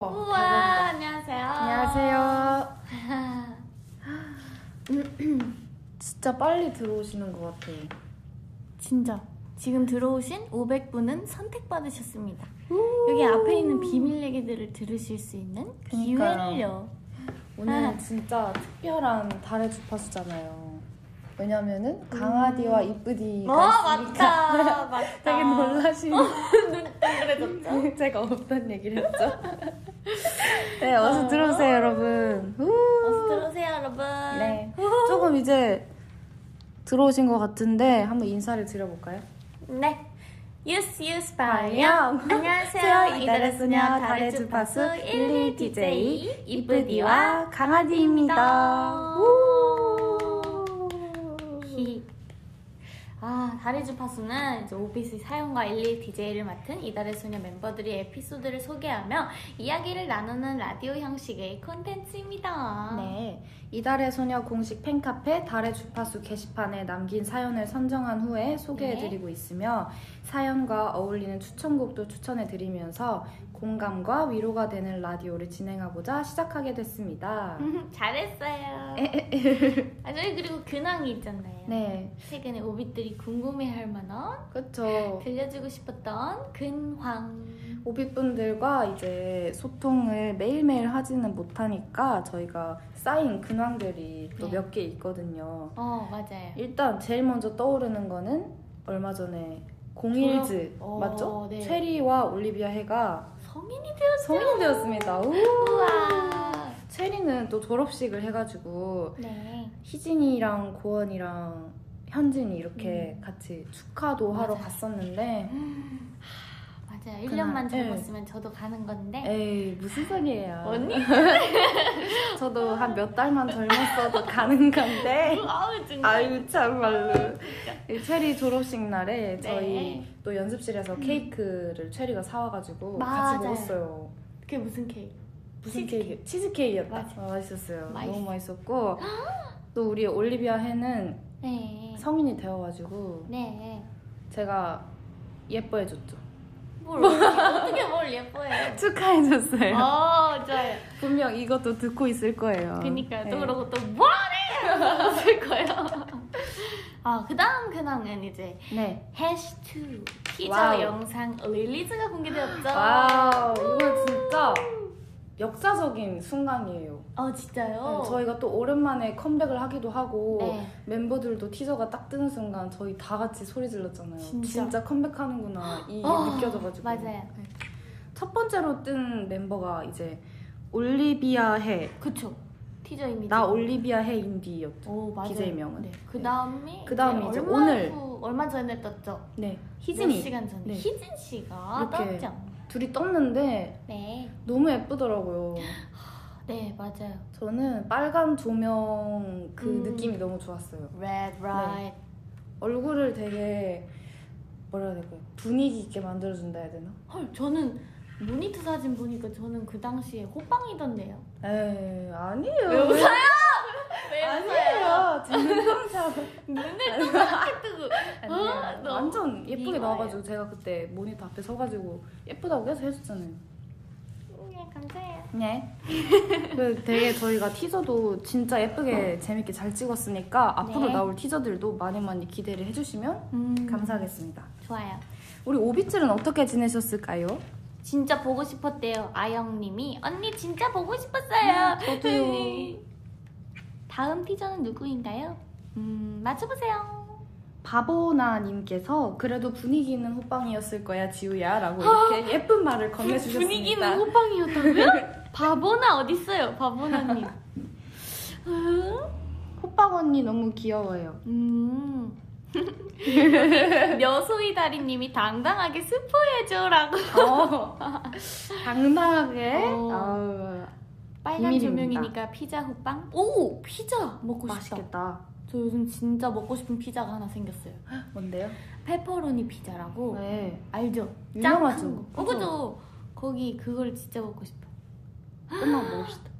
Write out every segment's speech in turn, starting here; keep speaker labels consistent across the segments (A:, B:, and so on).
A: 우와
B: 어, 대박이다.
A: 안녕하세요.
B: 안녕하세요. 진짜 빨리 들어오시는 것 같아.
A: 진짜 지금 들어오신 500분은 선택받으셨습니다. 여기 앞에 있는 비밀 얘기들을 들으실 수 있는
B: 그니까요.
A: 기회를요.
B: 오늘 진짜 특별한 달의 주파수잖아요. 왜냐면은 강아지와 이쁘디가 있으니까
A: 음. 어, 뭐, 맞다 어. 맞다.
B: 되게 놀라시는
A: 그래졌죠.
B: 제가 없던 얘기를 했죠. 네, 어서 들어오세요, 여러분. 우!
A: 어서 들어오세요 여러분.
B: 네. 조금 이제 들어오신 것 같은데 한번 인사를 드려볼까요?
A: 네. 유스 유스 발령.
B: 발령.
A: 안녕하세요. 이달의 소녀 달의 주파수
B: 주파수
A: 11 DJ 이쁘디와
B: 강아지입니다.
A: 히. 음. 아, 달의 주파수는 이제 오피스 사용과 11 DJ를 맡은 이달의 소녀 멤버들이 에피소드를 소개하며 이야기를 나누는 라디오 형식의 콘텐츠입니다.
B: 네. 이달의 소녀 공식 팬카페 달의 주파수 게시판에 남긴 사연을 선정한 후에
A: 네.
B: 소개해드리고 있으며 사연과 어울리는 추천곡도 추천해드리면서 공감과 위로가 되는 라디오를 진행하고자 시작하게 됐습니다.
A: 음. 잘했어요. 아, 저희 그리고 근황이 있잖아요.
B: 네.
A: 최근에 오빛들이 궁금해할 만한
B: 그쵸.
A: 들려주고 싶었던 근황.
B: 오빛분들과 이제 소통을 매일매일 하지는 못하니까 저희가 쌓인 근황들이 또
A: 네.
B: 몇 개 있거든요.
A: 어, 맞아요.
B: 일단 제일 먼저 떠오르는 거는 얼마 전에 공일즈
A: 졸업- 어,
B: 맞죠?
A: 네.
B: 체리와 올리비아 해가
A: 성인이 되었어요.
B: 성인 되었습니다.
A: 네.
B: 우!
A: 우와.
B: 체리는 또 졸업식을 해가지고
A: 네.
B: 희진이랑 고원이랑 현진이 이렇게 같이 축하도 하러
A: 음. 맞아요. 네.
B: 갔었는데
A: 맞아요.
B: 그날,
A: 1년만
B: 네.
A: 젊었으면 저도 가는 건데.
B: 에이 무슨 소리예요?
A: 언니?
B: 저도 한 몇 달만 젊었어도 가는 건데
A: 아우, 진짜.
B: 아유 참말로 이 체리 졸업식
A: 네.
B: 날에 저희 또 연습실에서 케이크를 체리가 사와가지고
A: 맞아요.
B: 같이 먹었어요
A: 그게 무슨 케이크?
B: 무슨
A: 치즈케이크.
B: 케이크? 치즈케이크였다
A: 맞아.
B: 아, 맛있었어요
A: 맛있어.
B: 너무 맛있었고 또 우리 올리비아 해는
A: 네.
B: 성인이 되어가지고
A: 네.
B: 제가 예뻐해줬죠
A: 뭘 어떻게, 어떻게 뭘 예뻐해요?
B: 축하해줬어요
A: 어, 좋아요.
B: 분명 이것도 듣고 있을 거예요
A: 그니까요. 또
B: 네.
A: 그러고 또 뭐하래! 웃을 거예요. 아, 그 다음 근황은 이제
B: 네
A: 해시투 티저
B: 와우.
A: 영상 릴리즈가 공개되었죠.
B: 와우 이거 진짜 역사적인 순간이에요
A: 어, 진짜요?
B: 네, 저희가 뭐 또 오랜만에 컴백을 하기도 하고
A: 네.
B: 멤버들도 티저가 딱 뜨는 순간 저희 다 같이 소리 질렀잖아요.
A: 진짜.
B: 진짜, 컴백하는구나 이게
A: 어,
B: 느껴져가지고.
A: 맞아요.
B: 첫 번째로 뜬 멤버가 이제 올리비아 해.
A: 그쵸. 티저 이미지.
B: 나 올리비아 해 인디였죠.
A: 오, 맞아요.
B: 기재명은.
A: 네. 그 다음이 네,
B: 그 다음이 이제
A: 얼마
B: 오늘.
A: 후, 얼마 전에 떴죠.
B: 네.
A: 몇
B: 희진이
A: 시간 전에
B: 네.
A: 희진 씨가
B: 이렇게.
A: 떴죠.
B: 둘이 떴는데
A: 네.
B: 너무 예쁘더라고요.
A: 네, 맞아요.
B: 저는 빨간 조명 그
A: 음.
B: 느낌이 너무 좋았어요.
A: Red Right.
B: 얼굴을 되게 뭐라 해야 될까요? 분위기 있게 만들어준다 해야 되나?
A: 헐, 저는 모니터 사진 보니까 저는 그 당시에 호빵이던데요.
B: 에이 네, 아니에요.
A: 왜 웃어요? 왜
B: 아니에요. 재밌는 남자.
A: 눈을 동그랗게 뜨고. 어,
B: 아니에요.
A: 너무
B: 완전 예쁘게
A: 이거예요.
B: 나와가지고 제가 그때 모니터 앞에 서가지고 예쁘다고 계속 해줬잖아요.
A: 네, 감사해요.
B: 네. 되게 저희가 티저도 진짜 예쁘게 재밌게 잘 찍었으니까 앞으로
A: 네.
B: 나올 티저들도 많이 많이 기대를 해주시면 감사하겠습니다.
A: 음, 좋아요.
B: 우리 오비틀은 어떻게 지내셨을까요?
A: 진짜 보고 싶었대요. 아영님이 언니 진짜 보고 싶었어요.
B: 네, 저도요.
A: 다음 티저는 누구인가요? 음 맞춰보세요.
B: 바보나님께서 그래도 분위기는 호빵이었을 거야 지우야라고 이렇게 예쁜 말을 건네주셨습니다.
A: 분위기는 호빵이었다고요? 바보나 어딨어요, 바보나님.
B: 호빵 언니 너무 귀여워요.
A: 음. 여소이 다리님이 당당하게 스포해줘라고.
B: 어, 당당하게
A: 어.
B: 아우,
A: 빨간
B: 비밀입니다.
A: 조명이니까 피자 호빵. 오 피자 먹고 싶다.
B: 맛있겠다.
A: 저 요즘 진짜 먹고 싶은 피자가 하나 생겼어요.
B: 뭔데요?
A: 페퍼로니 피자라고.
B: 네.
A: 알죠?
B: 유명하죠.
A: 짱 큰 거. 어, 그죠? 거기 그걸 진짜 먹고 싶어.
B: 끝나고 먹읍시다.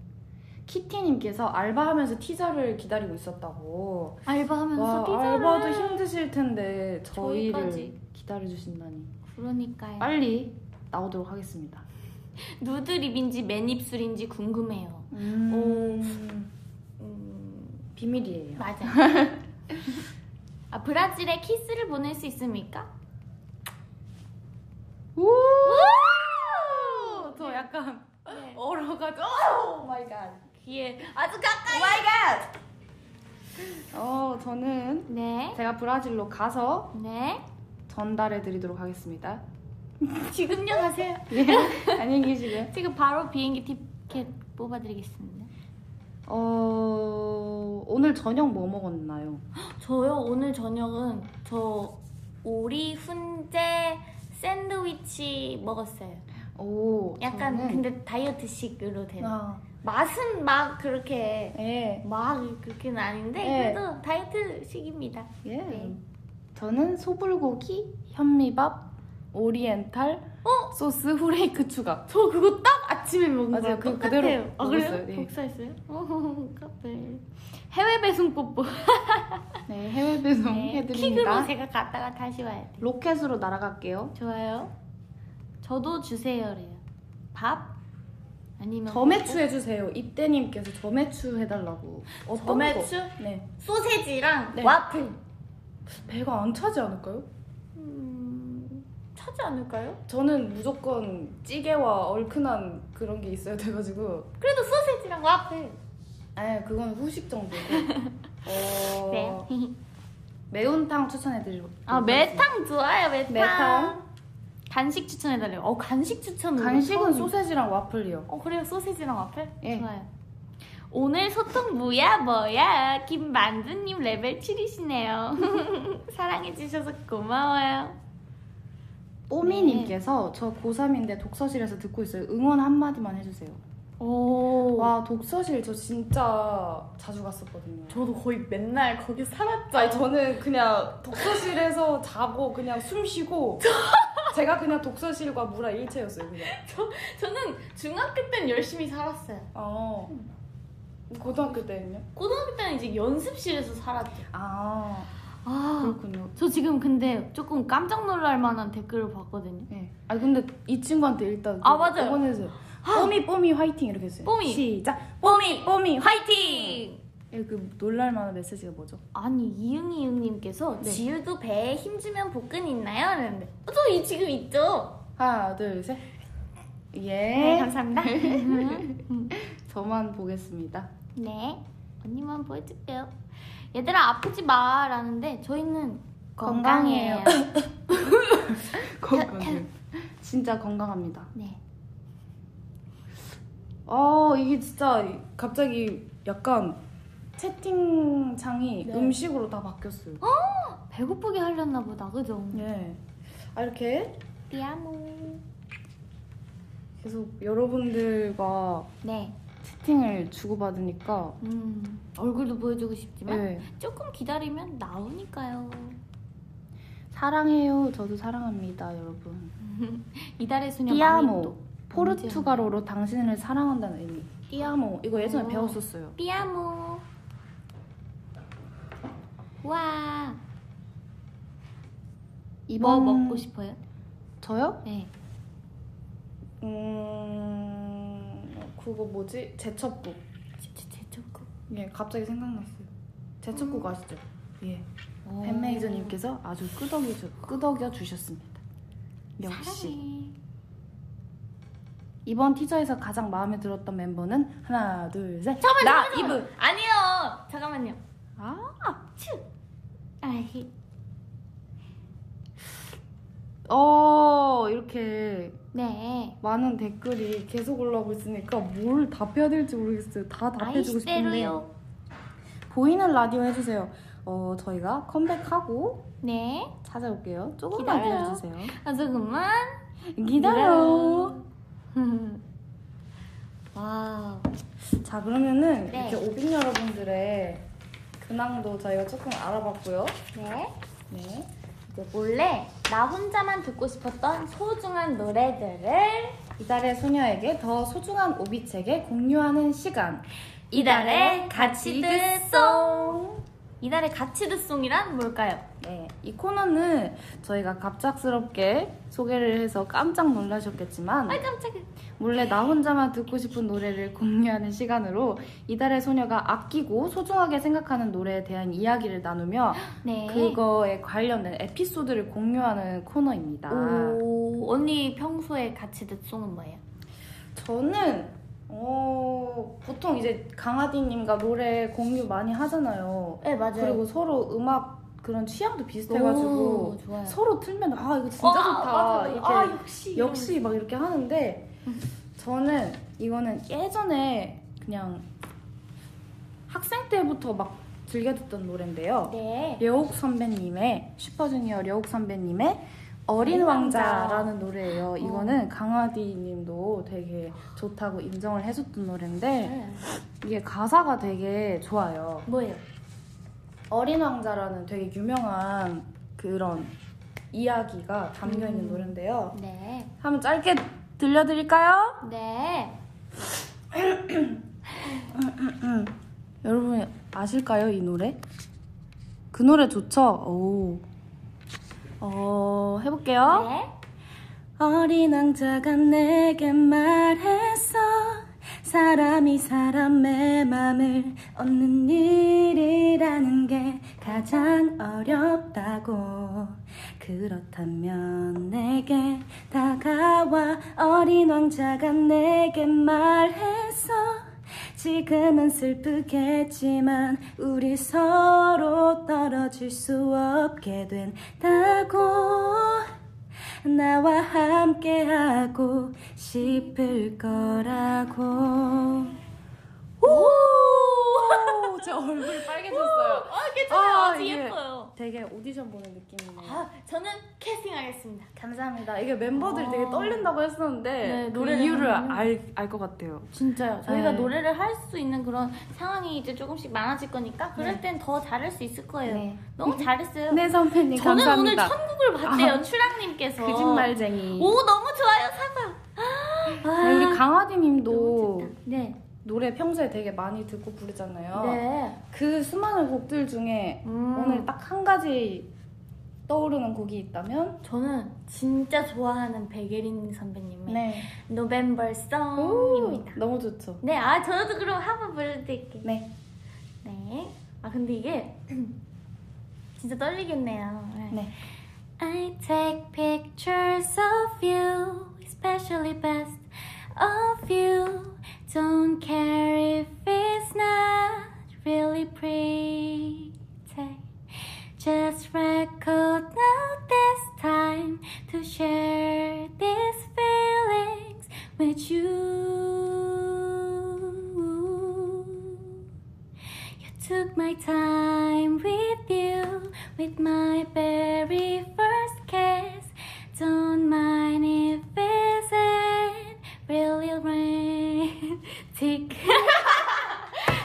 B: 키티님께서 알바하면서 티저를 기다리고 있었다고.
A: 알바하면서
B: 와
A: 피자를.
B: 알바도 힘드실 텐데 저희를
A: 저희까지.
B: 기다려 주신다니.
A: 그러니까요.
B: 빨리 나오도록 하겠습니다.
A: 누드 립인지 맨 입술인지 궁금해요.
B: 음,
A: 음,
B: 비밀이에요.
A: 맞아. 아, 브라질에 키스를 보낼 수 있습니까?
B: 오!
A: 오!
B: 어, 저 약간
A: 네.
B: 얼어가지고 오 마이 갓.
A: 귀에 Oh 아주 가까이.
B: 마이 갓. 어, 저는
A: 네.
B: 제가 브라질로 가서
A: 네.
B: 전달해 드리도록 하겠습니다.
A: 지금요 하세요.
B: 예. 안녕히 계시고요.
A: 지금 바로 비행기 티켓 뽑아드리겠습니다.
B: 어, 오늘 저녁 뭐 먹었나요?
A: 저요 오늘 저녁은 저 오리 훈제 샌드위치 먹었어요.
B: 오,
A: 약간
B: 저는-
A: 근데 다이어트식으로 된.
B: 아,
A: 맛은 막 그렇게
B: 예,
A: 막 그렇게는 아닌데
B: 네.
A: 그래도 다이어트식입니다.
B: 예.
A: 네.
B: 저는 소불고기, 현미밥, 오리엔탈,
A: 어?
B: 소스 후레이크 추가.
A: 저 그거 딱 아침에 먹은
B: 맞아요.
A: 거랑
B: 그거
A: 똑같아요.
B: 그대로
A: 아
B: 먹었어요.
A: 그래요?
B: 네.
A: 복사했어요? 오, 카페. 해외 배송 뽀뽀.
B: 네, 해외 배송
A: 네. 킥으로
B: 해드립니다.
A: 제가 갔다가 다시 와요.
B: 로켓으로 날아갈게요.
A: 좋아요. 저도 주세요래요. 밥 아니면
B: 점해추 해주세요. 이때님께서 점해추 해달라고. 어떤
A: 점액추?
B: 거? 네.
A: 소세지랑
B: 네.
A: 와플.
B: 배가 안 차지 않을까요?
A: 음, 차지 않을까요?
B: 저는 무조건 찌개와 얼큰한 그런 게 있어야 돼가지고.
A: 그래도 소세지랑 네. 와플.
B: 아, 그건 후식 정도고. 어,
A: 그래요.
B: 매운탕 추천해드리고.
A: 네. 아 매탕 좋아요 매탕.
B: 매탕.
A: 간식 추천해달래요. 어 간식 추천.
B: 간식은 소세지랑 와플이요.
A: 어 그래요 소세지랑 와플.
B: 예.
A: 좋아요. 오늘 소통 뭐야 뭐야 김만두님 레벨 7이시네요. 사랑해주셔서 고마워요. 네.
B: 뽀미님께서 저 고3인데 독서실에서 듣고 있어요. 응원 한마디만 해주세요.
A: 오.
B: 와, 독서실 저 진짜 자주 갔었거든요.
A: 저도 거의 맨날 거기 살았죠.
B: 아니 저는 그냥 독서실에서 자고 그냥 숨 쉬고 제가 그냥 독서실과 무라 일체였어요 그냥
A: 저는 중학교 때는 열심히 살았어요.
B: 어 고등학교 때는요?
A: 고등학교 때는 이제 연습실에서 살았죠.
B: 아
A: 아,
B: 그렇군요
A: 저 지금 근데 조금 깜짝 놀랄 만한 댓글을 봤거든요.
B: 네. 아 근데 이 친구한테 일단
A: 아, 맞아요.
B: 응원해주세요 뽀미 뽀미 화이팅 이렇게 했어요
A: 뽀미.
B: 시작
A: 뽀미!
B: 뽀미 화이팅
A: 화이팅!
B: 그 놀랄만한 메시지가 뭐죠?
A: 아니, 이응이응님께서
B: 네.
A: 지유도 배에 힘주면 복근 있나요? 하는데. 어, 저 이, 지금 있죠?
B: 하나 둘셋예
A: 네, 감사합니다. 음.
B: 저만 보겠습니다
A: 네, 언니만 보여줄게요. 얘들아, 아프지 마. 라는데, 저희는 건강해요.
B: 건강해요. 건강해 진짜 건강합니다
A: 네.
B: 아 이게 진짜 갑자기 약간 채팅창이
A: 네.
B: 음식으로 다 바뀌었어요.
A: 배고프게 하려나 보다, 그죠?
B: 예. 아 이렇게
A: 띠아모.
B: 계속 여러분들과
A: 네.
B: 채팅을 주고받으니까
A: 음, 얼굴도 보여주고 싶지만
B: 예.
A: 조금 기다리면 나오니까요.
B: 사랑해요. 저도 사랑합니다, 여러분.
A: 이달의 소녀
B: 띠아모 포르투갈어로 당신을 사랑한다는 의미. 띠아모 이거 예전에
A: 오.
B: 배웠었어요.
A: 띠아모. 와. 뭐 먹고 싶어요?
B: 음, 저요?
A: 네.
B: 음 그거 뭐지? 제첩국.
A: 제- 제 초코.
B: 예 갑자기 생각났어요.
A: 음.
B: 제첩국 아시죠? 예.
A: 오.
B: 팬메이저님께서 아주 끄덕여, 주, 끄덕여 주셨습니다. 역시
A: 사랑해.
B: 이번 티저에서 가장 마음에 들었던 멤버는 하나
A: 잠깐만,
B: 둘셋나
A: 잠깐만,
B: 이브
A: 잠깐만. 아니요. 잠깐만요.
B: 아
A: 아이.
B: 어 이렇게
A: 네.
B: 많은 댓글이 계속 올라오고 있으니까 뭘 답해야 될지 모르겠어요. 다 답해주고 싶은데
A: 아이스테로요.
B: 보이는 라디오 해주세요. 어 저희가 컴백하고
A: 네.
B: 찾아올게요. 조금만
A: 기다려요.
B: 기다려주세요.
A: 아 조금만.
B: 기다려.
A: 와우.
B: 자 그러면은
A: 네.
B: 이렇게 오빈 여러분들의 근황도 저희가 조금 알아봤고요.
A: 네.
B: 네.
A: 이제 몰래 나 혼자만 듣고 싶었던 소중한 노래들을
B: 이달의 소녀에게 더 소중한 오비책에 공유하는 시간.
A: 이달의 같이 듣송 이달의 가치드송이란 뭘까요?
B: 네, 이 코너는 저희가 갑작스럽게 소개를 해서 깜짝 놀라셨겠지만
A: 아 깜짝이야.
B: 몰래 나 혼자만 듣고 싶은 노래를 공유하는 시간으로 이달의 소녀가 아끼고 소중하게 생각하는 노래에 대한 이야기를 나누며
A: 네.
B: 그거에 관련된 에피소드를 공유하는 코너입니다.
A: 오 언니 평소에 가치드송은 뭐예요?
B: 저는 어, 보통 이제 강아지님과 노래 공유 많이 하잖아요.
A: 네 맞아요.
B: 그리고 서로 음악 그런 취향도 비슷해가지고
A: 오, 좋아요.
B: 서로 틀면 아 이거 진짜
A: 어,
B: 좋다
A: 맞아.
B: 이렇게
A: 아 음. 역시
B: 역시 막 이렇게 하는데 저는 이거는 예전에 그냥 학생 때부터 막 즐겨 듣던 노래인데요.
A: 네.
B: 려욱 선배님의 슈퍼주니어 려욱 선배님의 어린
A: 어린 왕자. 어.
B: 왕자라는 노래예요. 이거는 강아지님도 되게 좋다고 인정을 해줬던 노래인데
A: 네.
B: 이게 가사가 되게 좋아요.
A: 뭐예요?
B: 어린 왕자라는 되게 유명한 그런 이야기가 담겨 있는
A: 음.
B: 노래인데요.
A: 네.
B: 한번 짧게 들려드릴까요?
A: 네.
B: 음. 여러분 아실까요 이 노래? 그 노래 좋죠? 오. 어 해볼게요.
A: 네.
B: 어린 왕자가 내게 말했어 사람이 사람의 맘을 얻는 일이라는 게 가장 어렵다고 그렇다면 내게 다가와 어린 왕자가 내게 말했어 지금은 슬프겠지만 우리 서로 떨어질 수 없게 된다고 나와 함께하고 싶을 거라고. 오! 제 얼굴이 빨개졌어요.
A: 어 괜찮아요.
B: 아,
A: 아주
B: 이게-
A: 예뻐요.
B: 되게 오디션 보는 느낌이네요.
A: 아 저는 캐스팅하겠습니다.
B: 감사합니다. 이게 멤버들이
A: 아.
B: 되게 떨린다고 했었는데
A: 네,
B: 그
A: 노래를
B: 이유를
A: 하면요.
B: 알알 것 같아요.
A: 진짜요. 저희가
B: 네.
A: 노래를 할 수 있는 그런 상황이 이제 조금씩 많아질 거니까 그럴
B: 네.
A: 땐 더 잘할 수 있을 거예요.
B: 네.
A: 너무 잘했어요.
B: 네 선배님
A: 저는
B: 감사합니다. 아,
A: 오늘 천국을 봤대요. 추랑님께서.
B: 거짓말쟁이.
A: 오 너무 좋아요 사과. 아,
B: 우리
A: 너무
B: 강아지님도
A: 좋다. 네.
B: 노래 평소에 되게 많이 듣고 부르잖아요.
A: 네.
B: 그 수많은 곡들 중에
A: 음.
B: 오늘 딱 한 가지 떠오르는 곡이 있다면?
A: 저는 진짜 좋아하는 백예린 선배님의
B: 네.
A: 노벤버 송입니다.
B: 너무 좋죠.
A: 네, 아 저도 그럼 한번 불러드릴게요.
B: 네.
A: 네. 아 근데 이게 진짜 떨리겠네요.
B: 네.
A: I take pictures of you, especially best of you. Don't care if it's not really pretty. Just record now this time to share these feelings with you. You took my time with you, with my very first kiss. Don't mind if it's in really romantic.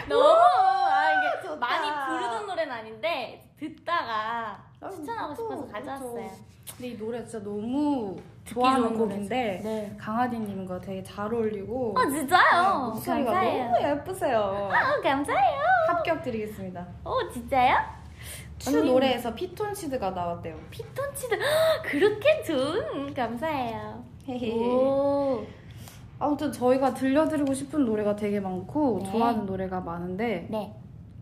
A: 너무 아 이게
B: 좋다.
A: 많이 부르던 노래는 아닌데 듣다가
B: 아,
A: 추천하고
B: 그것도
A: 싶어서 가져왔어요.
B: 그렇죠. 근데 이 노래 진짜 너무
A: 듣기
B: 좋아하는
A: 좋은
B: 곡인데
A: 네.
B: 강아지님과 되게 잘 어울리고
A: 어 진짜요?
B: 그렇죠. 네, 목소리가
A: 감사해요.
B: 너무 예쁘세요.
A: 어 감사해요.
B: 합격 드리겠습니다.
A: 어 진짜요?
B: 추 노래에서 피톤치드가 나왔대요.
A: 피톤치드 그렇게 좋은 감사해요.
B: 예.
A: 오.
B: 아무튼 저희가 들려드리고 싶은 노래가 되게 많고
A: 네.
B: 좋아하는 노래가 많은데
A: 네.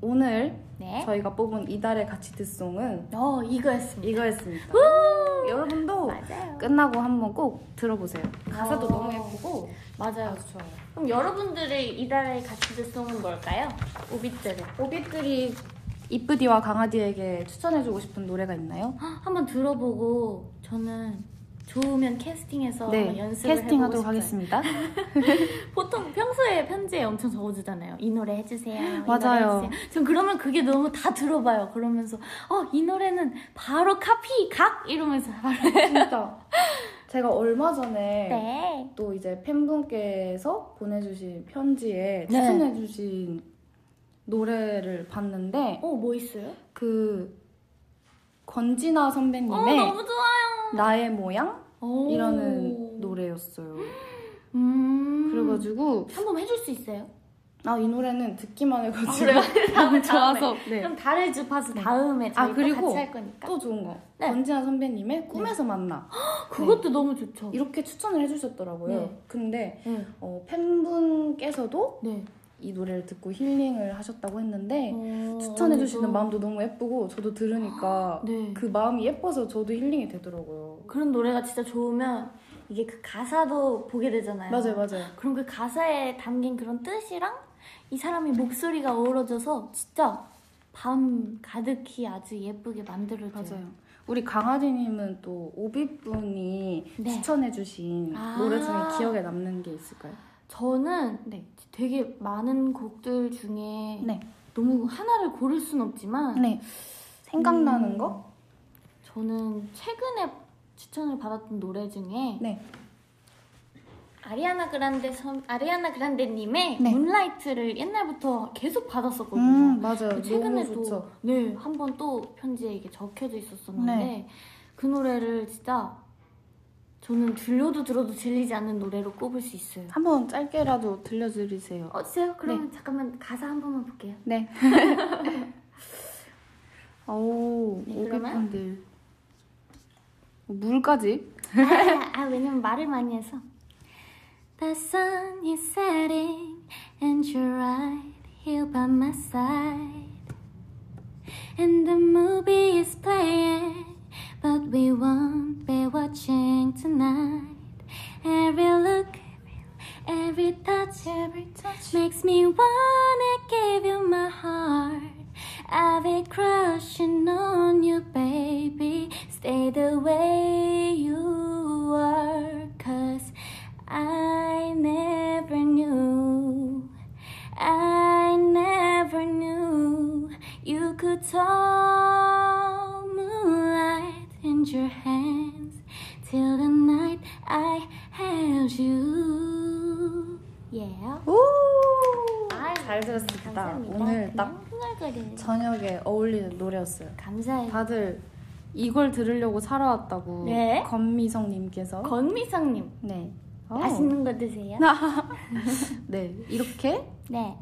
B: 오늘
A: 네.
B: 저희가 뽑은 이달의 같이 듣송은
A: 어, 이거였습니다.
B: 이거였습니다. 그
A: 후!
B: 여러분도
A: 맞아요.
B: 끝나고 한번 꼭 들어보세요. 가사도
A: 어.
B: 너무 예쁘고
A: 맞아요.
B: 아주 좋아요.
A: 그럼 여러분들의 이달의 가치드송은 뭘까요? 오빛들을.
B: 오빛들이 이쁘디와 강아지에게 추천해주고 싶은 노래가 있나요?
A: 헉, 한번 들어보고 저는 좋으면 캐스팅해서 한번 연습을
B: 네, 캐스팅하도록
A: 해보고 싶어요.
B: 하겠습니다.
A: 보통 평소에 편지에 엄청 적어주잖아요. 이 노래 해주세요. 이
B: 맞아요.
A: 노래 해주세요. 전 그러면 그게 너무 다 들어봐요. 그러면서 어, 이 노래는 바로 카피 각 이러면서 바로.
B: 네, 진짜 제가 얼마 전에
A: 네.
B: 또 이제 팬분께서 보내주신 편지에
A: 네.
B: 추천해주신 노래를 봤는데
A: 어, 뭐 있어요?
B: 그 권진아
A: 어,
B: 선배님의
A: 너무 좋아요.
B: 나의 모양
A: 오.
B: 이라는 노래였어요.
A: 음.
B: 그래가지고
A: 한 번 해줄 수 있어요?
B: 아, 이 노래는 듣기만 해가지고
A: 그래요? 다음에,
B: 아, 너무 좋아서 네.
A: 그럼 달의 주파수
B: 네.
A: 다음에 저희
B: 아,
A: 또
B: 그리고
A: 같이 할 거니까.
B: 또 네. 좋은 거
A: 네.
B: 권지아 선배님의 꿈에서 만나
A: 그것도 너무 좋죠.
B: 이렇게 추천을 해주셨더라고요.
A: 네.
B: 근데
A: 네.
B: 어, 팬분께서도
A: 네.
B: 이 노래를 듣고 힐링을 하셨다고 했는데
A: 어,
B: 네. 추천해주시는
A: 오늘도-
B: 마음도 너무 예쁘고 저도 들으니까
A: 네.
B: 그 마음이 예뻐서 저도 힐링이 되더라고요.
A: 그런 노래가 진짜 좋으면 이게 그 가사도 보게 되잖아요.
B: 맞아요, 맞아요.
A: 그럼 그 가사에 담긴 그런 뜻이랑 이 사람의 목소리가 어우러져서 진짜 밤 가득히 아주 예쁘게 만들어져요.
B: 맞아요. 우리 강아지님은 또 오비분이
A: 네.
B: 추천해주신
A: 아.
B: 노래 중에 기억에 남는 게 있을까요?
A: 저는
B: 네.
A: 되게 많은 곡들 중에
B: 네.
A: 너무 하나를 고를 순 없지만
B: 네. 생각나는
A: 음,
B: 거?
A: 저는 최근에 추천을 받았던 노래 중에
B: 네.
A: 아리아나 그란데 선 아리아나 그란데님의
B: 네.
A: 문라이트를 옛날부터 계속 받았었거든요.
B: 음, 맞아요.
A: 그 최근에
B: 너무 좋죠.
A: 네, 또네한 번 또 편지에 이게 적혀져 있었었는데
B: 네.
A: 그 노래를 진짜 저는 들려도 들어도 질리지 않는 노래로 꼽을 수 있어요.
B: 한번 짧게라도 들려드리세요.
A: 어세요 그럼 잠깐만 가사 한 번만 볼게요.
B: 네. 오,
A: 네, 그러면?
B: 오비분들. 어, 물까지?
A: 아, 아, 왜냐면 말을 많이 해서. The sun is setting and you're right here by my side. And the movie is playing, but we won't be watching tonight. Every look, every touch, every touch makes me wanna give you my heart. I've been crushing on you, baby. Stay the way you are, cause I never knew. I never knew you could hold moonlight in your hands till the night I held you. Yeah.
B: 오!
A: 아유,
B: 잘 들었습니다. 네.
A: 감사합니다.
B: 오늘 딱
A: 그냥 흥얼거리는
B: 저녁에 어울리는 노래였어요.
A: 감사해요.
B: 다들 이걸 들으려고 살아왔다고
A: 네.
B: 건미성님께서
A: 권미성님
B: 네. 어.
A: 맛있는 거 드세요.
B: 네 이렇게
A: 네.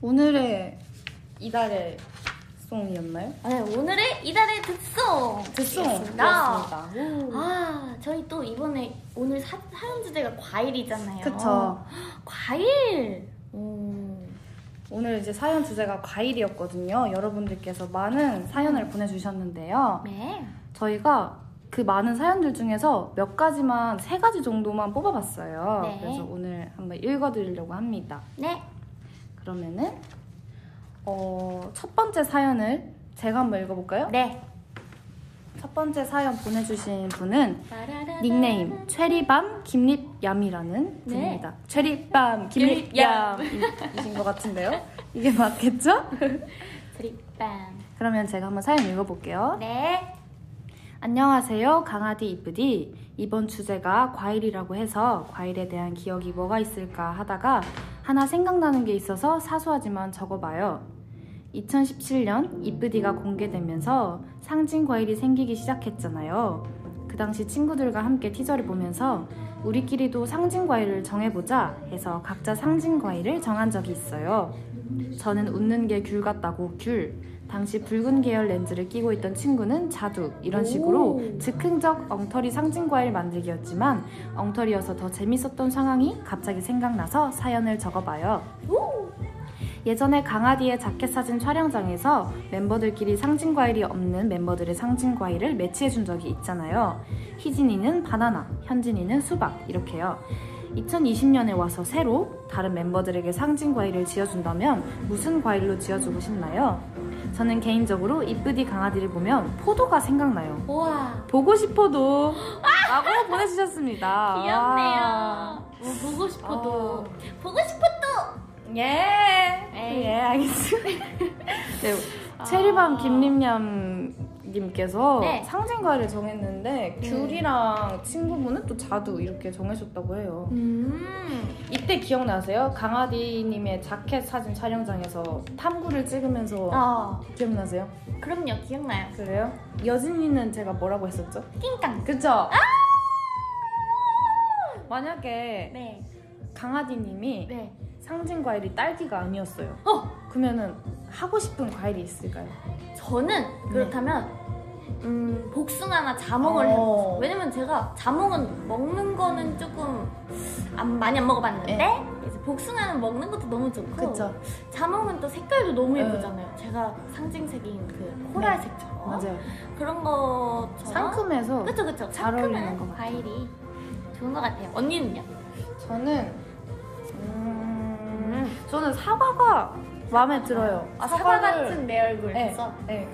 B: 오늘의 이달의 송이었나요?
A: 네, 오늘의 이달의 듣송 듣송이었습니다.
B: 듣송이었습니다. 오.
A: 아, 저희 또 이번에 오늘 사, 사연 주제가 과일이잖아요.
B: 그쵸.
A: 과일. 오.
B: 오늘 이제 사연 주제가 과일이었거든요. 여러분들께서 많은 사연을 보내주셨는데요.
A: 네.
B: 저희가 그 많은 사연들 중에서 몇 가지만 세 가지 정도만 뽑아봤어요.
A: 네.
B: 그래서 오늘 한번 읽어드리려고 합니다.
A: 네.
B: 그러면은 어, 첫 번째 사연을 제가 한번 읽어볼까요?
A: 네.
B: 첫 번째 사연 보내주신 분은
A: 따라라라라.
B: 닉네임 최리밤 김립얌이라는
A: 네.
B: 분입니다. 최리밤 김립얌이신 것 같은데요? 이게 맞겠죠?
A: 드립밤.
B: 그러면 제가 한번 사연 읽어볼게요.
A: 네.
B: 안녕하세요, 강아디 이쁘디. 이번 주제가 과일이라고 해서 과일에 대한 기억이 뭐가 있을까 하다가 하나 생각나는 게 있어서 사소하지만 적어봐요. 2017년 이쁘디가 공개되면서 상징 과일이 생기기 시작했잖아요. 그 당시 친구들과 함께 티저를 보면서 우리끼리도 상징 과일을 정해보자 해서 각자 상징 과일을 정한 적이 있어요. 저는 웃는 게 귤 같다고 귤, 당시 붉은 계열 렌즈를 끼고 있던 친구는 자두 이런 식으로
A: 오.
B: 즉흥적 엉터리 상징 과일 만들기였지만 엉터리여서 더 재밌었던 상황이 갑자기 생각나서 사연을 적어봐요. 예전에 강아지의 자켓 사진 촬영장에서 멤버들끼리 상징 과일이 없는 멤버들의 상징 과일을 매치해 준 적이 있잖아요. 희진이는 바나나, 현진이는 수박 이렇게요. 2020년에 와서 새로 다른 멤버들에게 상징 과일을 지어준다면 무슨 과일로 지어주고 싶나요? 저는 개인적으로 이쁘디 강아지를 보면 포도가 생각나요.
A: 우와.
B: 보고 싶어도 라고 보내주셨습니다. 아.
A: 귀엽네요. 뭐 보고 싶어도. 보고 싶어도.
B: 예.
A: 에이. 아.
B: 예, 알겠습니다. 네, 체리밤 김림냠 님께서
A: 네.
B: 상징과를 정했는데
A: 네.
B: 귤이랑 친구분은 또 자두 이렇게 정하셨다고 해요.
A: 음.
B: 이때 기억나세요? 강아디 님의 자켓 사진 촬영장에서 탐구를 찍으면서
A: 어.
B: 기억나세요?
A: 그럼요. 기억나요.
B: 그래요? 여진이는 제가 뭐라고 했었죠? 아!
A: 낑깡.
B: 그쵸? 만약에
A: 네.
B: 네. 강아디 님이
A: 네.
B: 상징 과일이 딸기가 아니었어요.
A: 어!
B: 그러면은 하고 싶은 과일이 있을까요?
A: 저는 그렇다면 음, 복숭아나 자몽을
B: 네. 어.
A: 해봤어요. 왜냐면 제가 자몽은 먹는 거는 조금 안, 많이 안 먹어봤는데 이제 복숭아는 먹는 것도 너무 좋고
B: 네. 그쵸?
A: 자몽은 또 색깔도 너무
B: 네.
A: 예쁘잖아요. 제가 상징색인 그 코랄색처럼
B: 네. 맞아요.
A: 그런 것처럼
B: 상큼해서
A: 그쵸 그쵸
B: 어. 잘 어울리는 것
A: 상큼한
B: 같아요.
A: 과일이 좋은 것 같아요. 언니는요?
B: 저는 음, 저는 사과가 마음에 들어요.
A: 아, 사과
B: 사과를-
A: 같은 내 얼굴에서
B: 네. 예.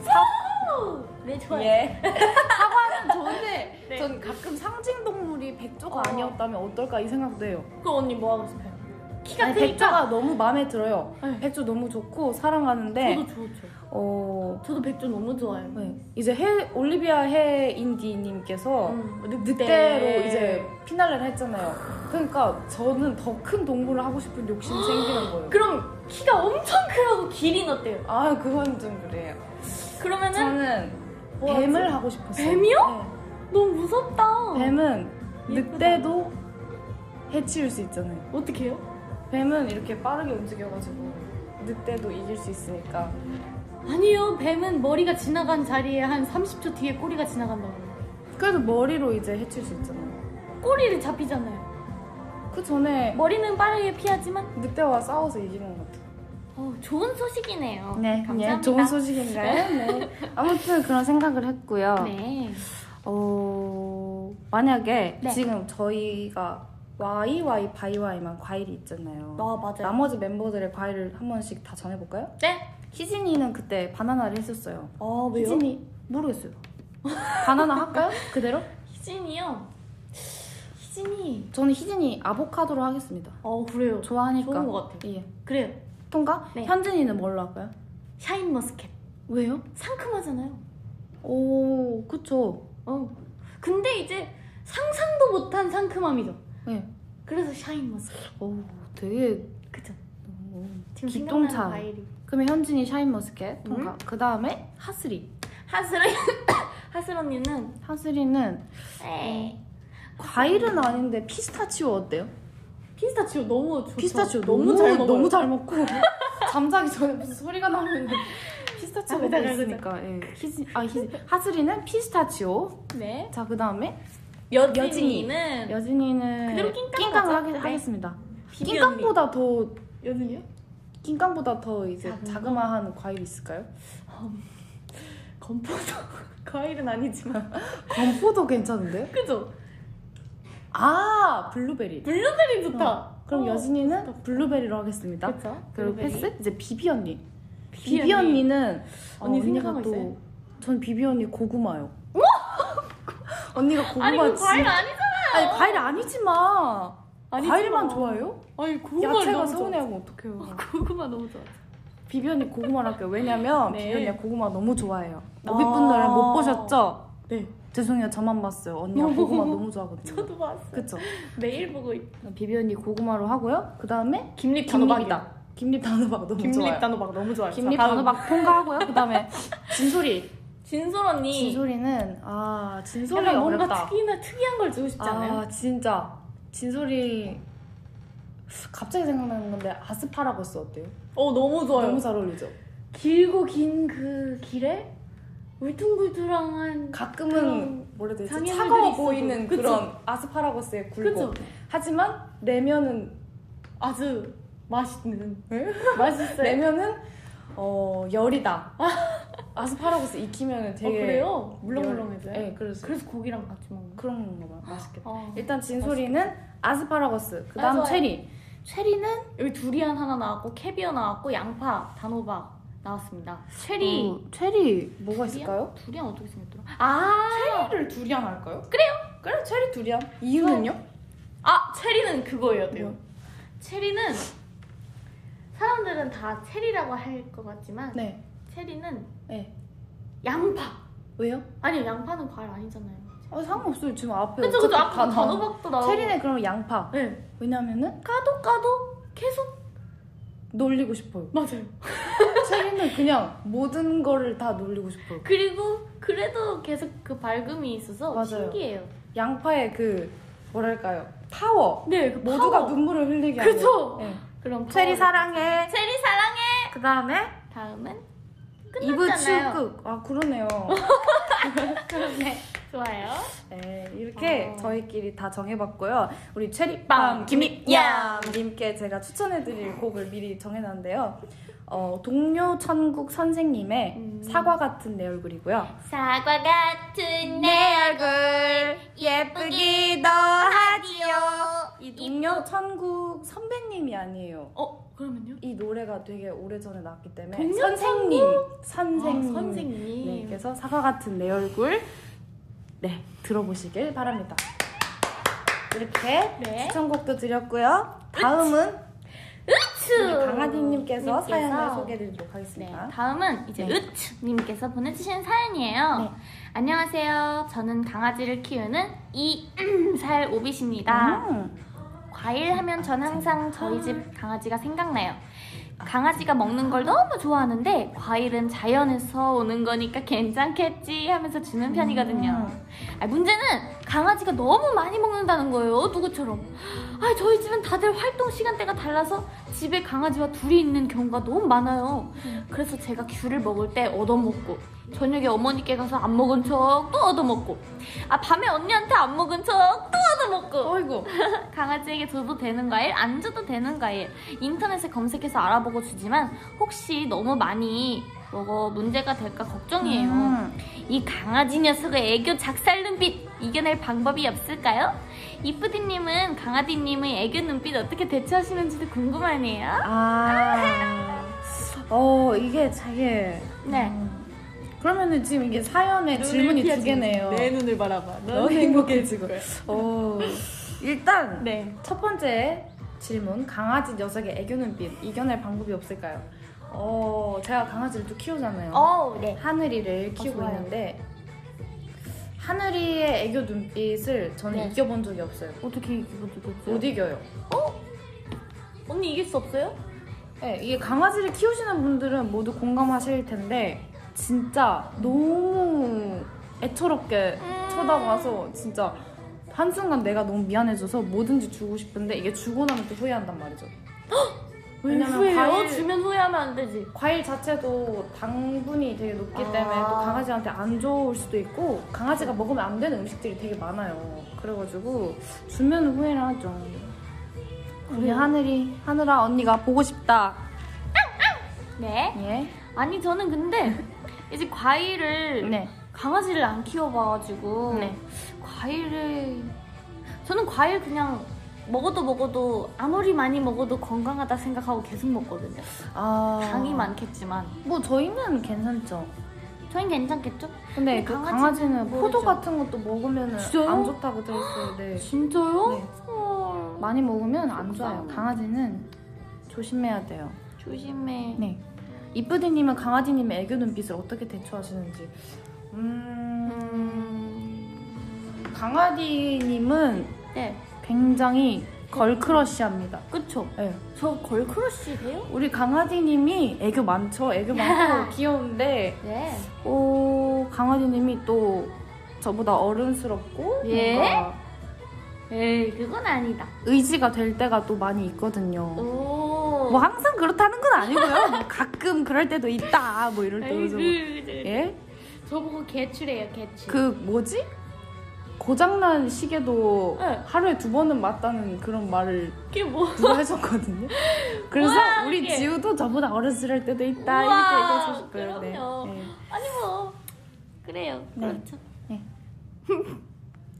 A: 네 좋아요.
B: 사과는 좋은데
A: 네.
B: 전 가끔 상징 동물이 백조가
A: 어.
B: 아니었다면 어떨까 이 생각도 해요.
A: 그럼 언니 뭐 하고 싶어요? 키가
B: 아니,
A: 크니까
B: 백조가 너무 마음에 들어요.
A: 네.
B: 백조 너무 좋고 사랑하는데
A: 저도 좋죠.
B: 어
A: 저도 백조 너무 좋아해요.
B: 네. 이제 해 올리비아 해인디님께서
A: 음,
B: 늑대로 이제 피날레를 했잖아요. 그러니까 저는 더 큰 동물을 하고 싶은 욕심이 생기는 거예요.
A: 그럼 키가 엄청 크고 길이는 어때요?
B: 아 그건 좀 그래요.
A: 그러면은
B: 저는
A: 뭐
B: 뱀을
A: 하지?
B: 하고 싶었어요.
A: 뱀이요? 어. 너무 무섭다.
B: 네. 뱀은
A: 예쁘다.
B: 늑대도 해치울 수 있잖아요.
A: 어떻게 해요?
B: 뱀은 이렇게 빠르게 움직여가지고 늑대도 이길 수 있으니까.
A: 아니요 뱀은 머리가 지나간 자리에 한 30초 뒤에 꼬리가 지나간다고 해요.
B: 그래도 머리로 이제 해칠 수 있잖아요.
A: 꼬리를 잡히잖아요.
B: 그 전에
A: 머리는 빠르게 피하지만
B: 늑대와 싸워서 이기는 것 같아요.
A: 어, 좋은 소식이네요. 감사합니다.
B: 네, 좋은 소식인가요? 네. 아무튼 그런 생각을 했고요.
A: 네.
B: 어, 만약에
A: 네.
B: 지금 저희가 YY 바이와이만 과일이 있잖아요.
A: 아 맞아요.
B: 나머지 멤버들의 과일을 한 번씩 다 전해볼까요?
A: 네.
B: 희진이는 그때 바나나를 했었어요.
A: 아 왜요?
B: 희진이 모르겠어요. 바나나 할까요? 그대로?
A: 희진이요. 희진이.
B: 저는 희진이 아보카도로 하겠습니다.
A: 어 그래요.
B: 좋아하니까.
A: 좋은 것 같아요.
B: 예.
A: 그래요.
B: 통과?
A: 네.
B: 현진이는 뭘로 할까요?
A: 샤인 머스켓.
B: 왜요?
A: 상큼하잖아요.
B: 오, 그쵸.
A: 어. 근데 이제 상상도 못한 상큼함이죠.
B: 네.
A: 그래서 샤인 머스켓.
B: 오, 되게.
A: 그죠.
B: 오.
A: 지금
B: 기똥차.
A: 생각나는 과일이.
B: 그러면 현진이 샤인머스켓
A: 음?
B: 통과. 그 다음에 하스리.
A: 하슬 하슬 언니는
B: 하스리는
A: 에이.
B: 과일은 아닌데 피스타치오 어때요?
A: 피스타치오 너무 좋죠.
B: 피스타치오 너무,
A: 너무, 잘 먹어요.
B: 너무 잘 먹고 잠자기 전에 무슨 소리가 나는데
A: 아,
B: 피스타치오가
A: 그다, 그다,
B: 있으니까 예. 희진, 아, 희진. 하슬이는 피스타치오
A: 네.
B: 자 그 다음에
A: 여진이는
B: 여진이는
A: 네. 그대로 낑깡
B: 낑깡을
A: 하죠?
B: 하겠,
A: 네.
B: 습니다
A: 비비
B: 낑깡보다 더
A: 언니. 여진이요?
B: 낑깡보다 더 이제
A: 작은 거?
B: 자그마한 과일이 있을까요?
A: 건포도 과일은 아니지만
B: 건포도 괜찮은데?
A: 그죠?
B: 아 블루베리
A: 블루베리 좋다.
B: 어, 그럼
A: 어,
B: 여진이는 블루베리로 하겠습니다
A: 그쵸?
B: 그리고
A: 블루베리.
B: 패스? 이제 비비 언니.
A: 비비
B: 비비,
A: 언니.
B: 언니는 어,
A: 언니 생각하고
B: 언니가
A: 있어요? 어?
B: 전 비비 언니 고구마요. 언니가 고구마
A: 아니 그
B: 진-
A: 과일 아니잖아요.
B: 아니 과일 아니지만.
A: 아니지만.
B: 과일만 좋아해요?
A: 아니 고구마
B: 야채가
A: 너무 좋아.
B: 서운해하면 어떡해요.
A: 고구마 너무 좋아.
B: 비비 언니 고구마를 할게요. 왜냐면
A: 네.
B: 비비 언니가 고구마 너무 좋아해요.
A: 아.
B: 오빛분들은 못 보셨죠?
A: 네.
B: 죄송해요. 저만 봤어요. 언니가 고구마 너무 좋아하거든요.
A: 저도 봤어. 요
B: 그쵸?
A: 매일 보고 있.
B: 비비 언니 고구마로 하고요. 그 다음에
A: 김립
B: 김립 단호박 너무
A: 김립
B: 좋아요.
A: 단호박 너무 좋아요.
B: 김립 단호박 통과하고요. 그 다음에 진소리.
A: 진솔 언니.
B: 진소리는 아 진소리
A: 약간 뭔가
B: 어렵다.
A: 특이나 특이한 걸 주고 싶지 않아요?
B: 아 진짜 진소리 갑자기 생각나는 건데 아스파라거스 어때요?
A: 어 너무 좋아요.
B: 너무 잘 어울리죠.
A: 길고 긴 그 길에 울퉁불퉁한 그런
B: 가끔은 뭐라 해야 되지
A: 상해물들이
B: 차가워
A: 있어도,
B: 보이는
A: 그쵸?
B: 그런 아스파라거스의 굴고
A: 그죠?
B: 하지만 내면은
A: 아주 맛있는. 아,
B: 네?
A: 맛있어요.
B: 내면은 어 열이다. 아스파라거스 익히면 되게
A: 어, 그래요?
B: 열-
A: 물렁물렁해져요?
B: 네 그래서
A: 그래서 고기랑 같이 먹는 거.
B: 그런 건가 봐요. 맛있겠다.
A: 어.
B: 일단 진소리는 아스파라거스 그다음
A: 맞아요.
B: 체리 체리는
A: 여기 두리안 하나 나왔고 캐비어 나왔고 양파, 단호박 나왔습니다. 체리.
B: 어, 체리 뭐가
A: 두리안?
B: 있을까요?
A: 두리안 어떻게 생겼더라? 아!
B: 체리를 두리안 할까요? 그래요. 그래 체리 두리안. 이유는요?
A: 아, 체리는 그거예요.
B: 뭐?
A: 돼요. 체리는 사람들은 다 체리라고 할 것 같지만
B: 네.
A: 체리는
B: 네.
A: 양파.
B: 왜요?
A: 아니요, 양파는 과일 아니잖아요.
B: 아 상관없어요. 지금 앞에
A: 그쵸 그쵸
B: 네, 어차피
A: 아까 뭐
B: 다 나와.
A: 단호박도 나오고
B: 체리네 그럼 양파.
A: 네.
B: 왜냐면은
A: 까도 까도 계속
B: 놀리고 싶어요.
A: 맞아요.
B: 체리는 그냥 모든 거를 다 놀리고 싶어요.
A: 그리고 그래도 계속 그 밝음이 있어서
B: 맞아요.
A: 신기해요.
B: 양파의 그 뭐랄까요? 파워.
A: 네, 그
B: 모두가
A: 파워.
B: 눈물을 흘리게 하는.
A: 그쵸.
B: 네.
A: 그럼
B: 체리
A: 파워를-
B: 사랑해.
A: 체리 사랑해.
B: 그 다음에
A: 다음은
B: 이브
A: 끝났잖아요.
B: 출국. 아 그러네요. 그러네.
A: 좋아요.
B: 네, 이렇게
A: 어.
B: 저희끼리 다 정해봤고요. 우리
A: 빵,
B: 체리빵
A: 얌.
B: 김입얌님께 제가 추천해드릴 곡을 미리 정해놨는데요. 어, 동료 천국 선생님의
A: 음.
B: 사과 같은 내 얼굴이고요.
A: 사과 같은 내 얼굴 예쁘기도 하지요.
B: 이 동료 천국 선배님이 아니에요.
A: 어 그러면요?
B: 이 노래가 되게 오래전에 나왔기 때문에
A: 동료
B: 선생님, 선생님,
A: 아, 선생님.
B: 네, 그래서 사과 같은 내 얼굴 네 들어보시길 바랍니다. 이렇게
A: 네.
B: 추천곡도 드렸고요. 다음은 우리
A: 으츠
B: 강아지님께서
A: 님께서-
B: 사연을 소개해드리도록
A: 네,
B: 하겠습니다.
A: 다음은 이제
B: 네.
A: 으츠님께서 보내주신 사연이에요.
B: 네.
A: 안녕하세요. 저는 강아지를 키우는 이살 오빗입니다.
B: 음.
A: 과일 하면 전 항상 저희 집 강아지가 생각나요. 강아지가 먹는 걸 너무 좋아하는데 과일은 자연에서 오는 거니까 괜찮겠지 하면서 주는 편이거든요. 아, 문제는 강아지가 너무 많이 먹는다는 거예요. 누구처럼. 아, 저희 집은 다들 활동 시간대가 달라서 집에 강아지와 둘이 있는 경우가 너무 많아요. 그래서 제가 귤을 먹을 때 얻어먹고 저녁에 어머니께 가서 안 먹은 척 또 얻어먹고 아 밤에 언니한테 안 먹은 척 또 얻어먹고
B: 어이구.
A: 강아지에게 줘도 되는 과일, 안 줘도 되는 과일. 인터넷에 검색해서 알아보고 주지만 혹시 너무 많이 먹어 문제가 될까 걱정이에요.
B: 음.
A: 이 강아지 녀석의 애교 작살 눈빛 이겨낼 방법이 없을까요? 이쁘디님은 강아지님의 애교 눈빛 어떻게 대처하시는지도 궁금하네요.
B: 아. 어 이게 되게.
A: 네.
B: 음. 그러면은 지금 이게 사연에 질문이 두 개네요.
A: 눈을 바라봐.
B: 너무 행복해지고. 어 일단
A: 네.
B: 첫 번째 질문 강아지 녀석의 애교 눈빛 이겨낼 방법이 없을까요? 어 제가 강아지를 또 키우잖아요.
A: 어, 네.
B: 하늘이를 키우고
A: 좋아요.
B: 있는데 하늘이의 애교 눈빛을 저는
A: 네.
B: 이겨본 적이 없어요.
A: 어떻게 이기고 죽겠어요?
B: 못 이겨요.
A: 언니 이길 수 없어요?
B: 네, 이게 강아지를 키우시는 분들은 모두 공감하실 텐데 진짜 너무 애처롭게
A: 음.
B: 쳐다봐서 진짜 한순간 내가 너무 미안해져서 뭐든지 주고 싶은데 이게 주고 나면 또 후회한단 말이죠. 왜냐면
A: 후회해요?
B: 과일-
A: 주면 후회하면 안 되지.
B: 과일 자체도 당분이 되게 높기 때문에
A: 아.
B: 또 강아지한테 안 좋을 수도 있고 강아지가 먹으면 안 되는 음식들이 되게 많아요. 그래가지고 주면 후회를 하죠. 우리
A: 그래요?
B: 하늘이 하늘아 언니가 보고 싶다.
A: 네.
B: 예.
A: 아니 저는 근데 이제 과일을
B: 네.
A: 강아지를 안 키워봐가지고
B: 네.
A: 과일을 저는 과일 그냥 먹어도 먹어도 아무리 많이 먹어도 건강하다 생각하고 계속 먹거든요.
B: 아.
A: 당이 많겠지만
B: 뭐 저희는 괜찮죠.
A: 저희 괜찮겠죠?
B: 근데,
A: 근데
B: 그
A: 강아지는
B: 강아지는 포도
A: 모르죠.
B: 같은 것도 먹으면
A: 진짜요?
B: 안 좋다고 들었어요. 네.
A: 진짜요?
B: 네.
A: 어,
B: 많이 먹으면 안 좋아요.
A: 속상해.
B: 강아지는 조심해야 돼요.
A: 조심해.
B: 네. 이쁘디님은 강아지님의 애교 눈빛을 어떻게 대처하시는지. 음,
A: 음...
B: 강아지님은
A: 네,
B: 굉장히 걸크러쉬합니다.
A: 그쵸?
B: 네.
A: 저 걸크러쉬 돼요?
B: 우리 강아지님이 애교 많죠? 애교 많고 귀여운데,
A: 네.
B: 오, 강아지님이 또 저보다 어른스럽고,
A: 예?
B: 뭔가
A: 에이, 그건 아니다.
B: 의지가 될 때가 또 많이 있거든요.
A: 어. 오.
B: 뭐 항상 그렇다는 건 아니고요. 뭐 가끔 그럴 때도 있다, 뭐 이럴 때도
A: 아이고, 그,
B: 좀. 예?
A: 저보고 개추래요, 개추.
B: 그 뭐지? 고장난 시계도
A: 네.
B: 하루에 두 번은 맞다는 그런 말을
A: 그게 뭐?
B: 누가 하셨거든요. 그래서
A: 우와,
B: 우리
A: 이게.
B: 지우도 저보다 어렸을 때도 있다
A: 우와,
B: 이렇게 얘기해 주셨고요.
A: 그럼요.
B: 네. 네.
A: 아니 뭐 그래요.
B: 네.
A: 그렇죠.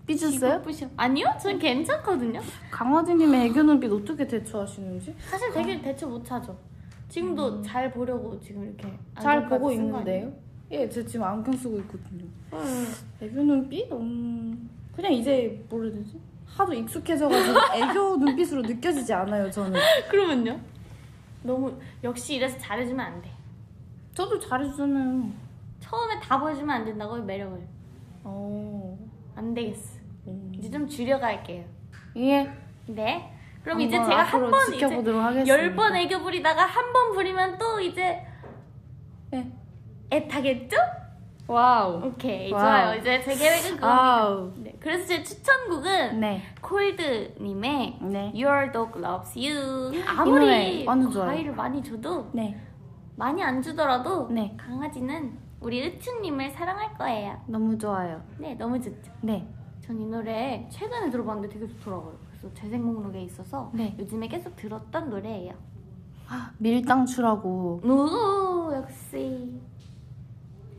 B: 삐졌어요?
A: 기쁘셔. 아니요, 전 괜찮거든요.
B: 강화진님의 애교 눈빛 어떻게 대처하시는지?
A: 사실 되게 대처 못 하죠. 지금도 잘 보려고 지금 이렇게
B: 음. 잘
A: 안경까지
B: 보고
A: 쓴거
B: 있는데요. 예, 저 지금 안경 쓰고 있거든요.
A: 아니에요? 응.
B: 애교 눈빛? 음, 그냥 이제 뭐라 해야 되지? 하도 익숙해져가지고 애교 눈빛으로 느껴지지 않아요, 저는.
A: 네. 그러면요? 너무 역시 이래서 잘해주면 안 돼.
B: 저도 잘해주잖아요.
A: 처음에 다 보여주면 안 된다고 이 매력을
B: 어.
A: 안 되겠어.
B: 음.
A: 이제 좀 줄여갈게요.
B: 예.
A: 네.
B: 한번
A: 그럼 이제 제가
B: 앞으로
A: 한번 이제
B: 지켜보도록 하겠습니다.
A: 열 번 애교 부리다가 한 번 부리면 또 이제
B: 네.
A: 애타겠죠?
B: 와우.
A: 오케이
B: 와우.
A: 좋아요. 이제 제 계획은 그겁니다.
B: 와우.
A: 네, 그래서 제 추천곡은
B: 네.
A: 콜드님의
B: 네.
A: Your Dog Loves You.
B: 노래
A: 아무리
B: 완전 좋아요.
A: 과일을 많이 줘도
B: 네.
A: 많이 안 주더라도
B: 네.
A: 강아지는 우리 으츠님을 사랑할 거예요.
B: 너무 좋아요.
A: 네, 너무 좋죠.
B: 네.
A: 전 이 노래 최근에 들어봤는데 되게 좋더라고요. 그래서 재생 목록에 있어서
B: 네.
A: 요즘에 계속 들었던 노래예요.
B: 밀당추라고
A: 오, 역시.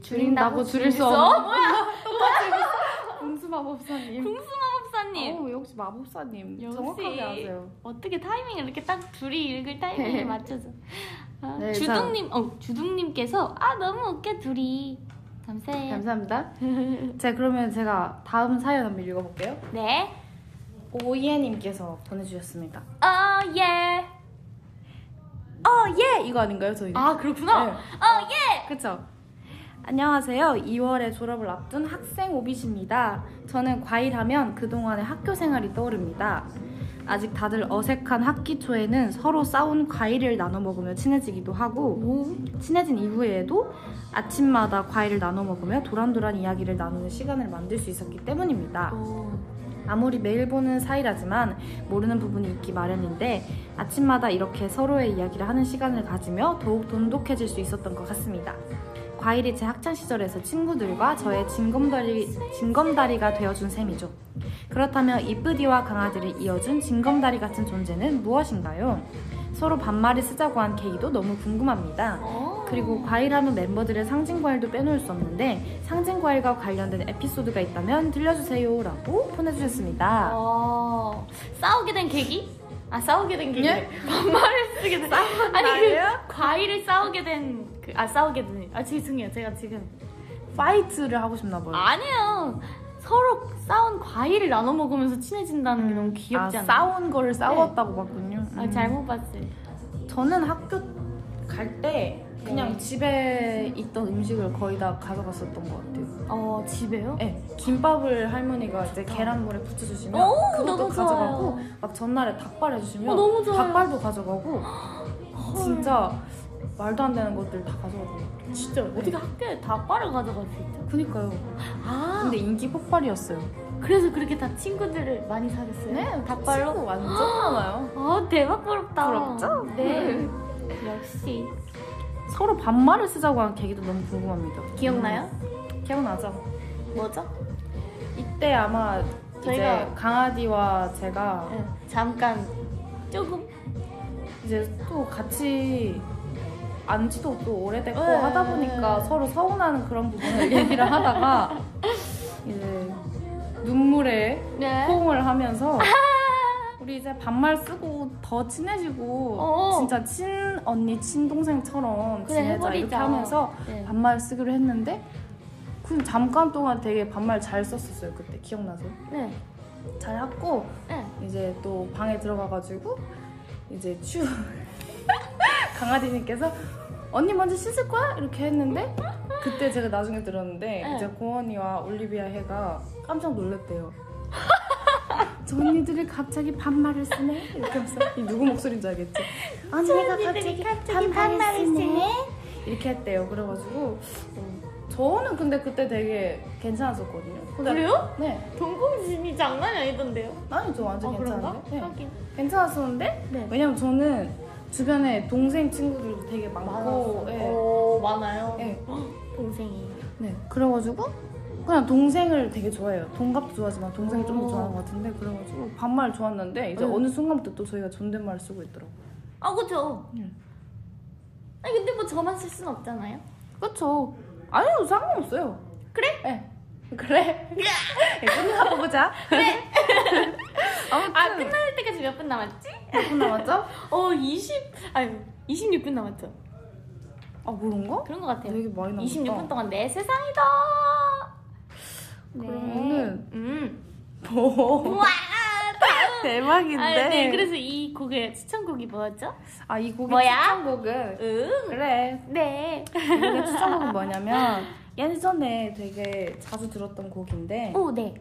B: 줄인다고 줄일 수
A: 없는-
B: 없는 어. 궁수 마법사님.
A: 궁수마법사님.
B: 어, 역시 마법사님
A: 역시.
B: 정확하게 아세요.
A: 어떻게 타이밍을 이렇게 딱 둘이 읽을 타이밍에 맞춰서 아,
B: 네,
A: 주둥님 어 주둥님께서 아 너무 웃겨 둘이 감사해요
B: 감사합니다. 자 그러면 제가 다음 사연 한번 읽어볼게요.
A: 네
B: 오예님께서 보내주셨습니다. 어,
A: "Oh, 어예
B: 어예 이거 아닌가요 저희?
A: 아 그렇구나
B: 네.
A: 어예
B: 그쵸? 안녕하세요. 2월에 졸업을 앞둔 학생 오빗입니다. 저는 과일하면 그동안의 학교 생활이 떠오릅니다. 아직 다들 어색한 학기 초에는 서로 싸운 과일을 나눠 먹으며 친해지기도 하고 친해진 이후에도 아침마다 과일을 나눠 먹으며 도란도란 이야기를 나누는 시간을 만들 수 있었기 때문입니다.
A: 어.
B: 아무리 매일 보는 사이라지만 모르는 부분이 있기 마련인데 아침마다 이렇게 서로의 이야기를 하는 시간을 가지며 더욱 돈독해질 수 있었던 것 같습니다. 과일이 제 학창 시절에서 친구들과 저의 징검다리, 징검다리가 되어준 셈이죠. 그렇다면 이쁘디와 강아지를 이어준 징검다리 같은 존재는 무엇인가요? 서로 반말을 쓰자고 한 계기도 너무 궁금합니다. 그리고 과일하면 멤버들의 상징 과일도 빼놓을 수 없는데 상징 과일과 관련된 에피소드가 있다면 들려주세요라고 보내주셨습니다.
A: 어 싸우게 된 계기 아 싸우게 된 계기
B: 예?
A: 반말을 쓰게 된 아니 그
B: 말이에요?
A: 과일을 싸우게 된그아 싸우게 된아 죄송해요 제가 지금
B: 파이트를 하고 싶나 봐요.
A: 아니에요. 서로 싸운 과일을 나눠 먹으면서 친해진다는 게 너무 귀엽지
B: 아,
A: 않아요?
B: 싸운 거를 싸웠다고 봤군요.
A: 아,
B: 음.
A: 잘못 봤어요.
B: 저는 학교 갈 때 그냥
A: 네.
B: 집에 있던 음식을 거의 다 가져갔었던 것 같아요.
A: 어, 집에요?
B: 네, 김밥을 할머니가 이제
A: 좋다.
B: 계란물에 부쳐주시면
A: 오,
B: 그것도
A: 너무
B: 가져가고
A: 좋아요.
B: 막 전날에 닭발 해주시면
A: 어, 너무 좋아요.
B: 닭발도 가져가고 진짜 말도 안 되는 것들 다 가져가고
A: 진짜 어떻게 학교에 닭발을 가져갈 수 있죠?
B: 그니까요.
A: 아,
B: 근데 인기 폭발이었어요. 네,
A: 그래서 그렇게 다 친구들을 많이 사귀었어요? 닭발로?
B: 친구 완전 많아요.
A: 어, 대박 부럽다.
B: 부럽죠?
A: 네. 역시.
B: 서로 반말을 쓰자고 한 계기도 너무 궁금합니다.
A: 기억나요?
B: 음, 기억나죠.
A: 뭐죠?
B: 이때 아마
A: 저희가-
B: 이제 강아지와 제가
A: 네, 잠깐 조금
B: 이제 또 같이 안지도 또 오래됐고
A: 네.
B: 하다 보니까 서로 서운하는 그런 부분을 얘기를 하다가 이제 눈물에
A: 네.
B: 호응을 하면서 우리 이제 반말 쓰고 더 친해지고
A: 어.
B: 진짜 친 언니 친동생처럼
A: 그래,
B: 지내자
A: 해버리자.
B: 이렇게 하면서
A: 네.
B: 반말 쓰기로 했는데 그 잠깐 동안 되게 반말 잘 썼었어요 그때 기억나세요?
A: 네.
B: 잘 했고
A: 네.
B: 이제 또 방에 들어가가지고 이제 추 강아지님께서 언니 먼저 씻을 거야? 이렇게 했는데 그때 제가 나중에 들었는데
A: 네.
B: 이제 고원이와 올리비아 해가 깜짝 놀랐대요 저 언니들이 갑자기 반말을 쓰네? 이렇게 하면서 이 누구 목소리인지 알겠지? 언니가 갑자기, 반말을 쓰네? 이렇게 했대요 그래가지고 어, 저는 근데 그때 되게 괜찮았었거든요 근데-
A: 그래요?
B: 네
A: 동공심이 장난이 아니던데요?
B: 아니 저 완전
A: 어, 그런가?
B: 괜찮은데? 네.
A: 하긴.
B: 괜찮았었는데
A: 네.
B: 왜냐면 저는 주변에 동생 친구들도 되게 많고
A: 많아서. 어.
B: 예.
A: 오, 많아요.
B: 예.
A: 네. 동생이.
B: 네. 그래가지고 그냥 동생을 되게 좋아해요 동갑도 좋아하지만 동생을 좀 더
A: 오.
B: 좋아하는 것 같은데 그래가지고 반말 좋았는데 이제
A: 어. 응.
B: 어느 순간부터 또 저희가 존댓말을 쓰고 있더라고
A: 아 그죠.
B: 네.
A: 아니 근데 뭐 저만 쓸 순 없잖아요.
B: 그쵸 아니요 상관없어요
A: 그래?
B: 네. 그래 예, 끝나고 보자
A: 아 끝날 때까지 몇 분 남았지?
B: 몇분 남았죠?
A: 어 20, 아유 26분 남았죠.
B: 아 그런가?
A: 그런 것 같아요.
B: 되게 많이 남았다
A: 네. 26분 동안 내 세상이다. 네.
B: 그러면은-
A: 음.
B: 뭐
A: 우와.
B: 대박인데
A: 아, 네. 그래서 이 곡의 추천곡이 뭐였죠?
B: 아, 이 곡의
A: 뭐야?
B: 추천곡은
A: 응.
B: 그래
A: 네.
B: 이게 추천곡은 뭐냐면 예전에 되게 자주 들었던 곡인데
A: 오 네.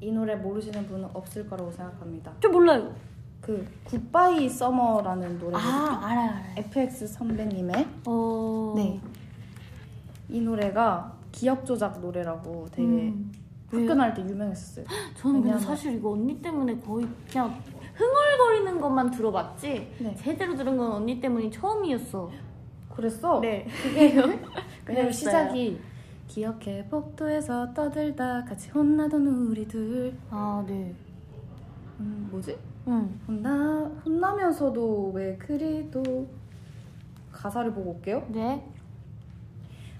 B: 이 노래 모르시는 분은 없을 거라고 생각합니다.
A: 저 몰라요.
B: 그 굿바이 서머라는 노래
A: 아 알아요 알아요.
B: FX 선배님의
A: 어.
B: 네. 이 노래가 기억 조작 노래라고 되게
A: 음. 왜요?
B: 학교 다닐 때 유명했었어요.
A: 저는 근데
B: 왜냐면-
A: 사실 이거 언니 때문에 거의 그냥 흥얼거리는 것만 들어봤지
B: 네.
A: 제대로 들은 건 언니 때문이 처음이었어.
B: 그랬어?
A: 네.
B: 왜냐면
A: 그랬어요.
B: 시작이 기억해 복도에서 떠들다 같이 혼나던 우리 둘
A: 아 네.
B: 음, 뭐지?
A: 응.
B: 혼나 혼나면서도 왜 그리도 가사를 보고 올게요.
A: 네.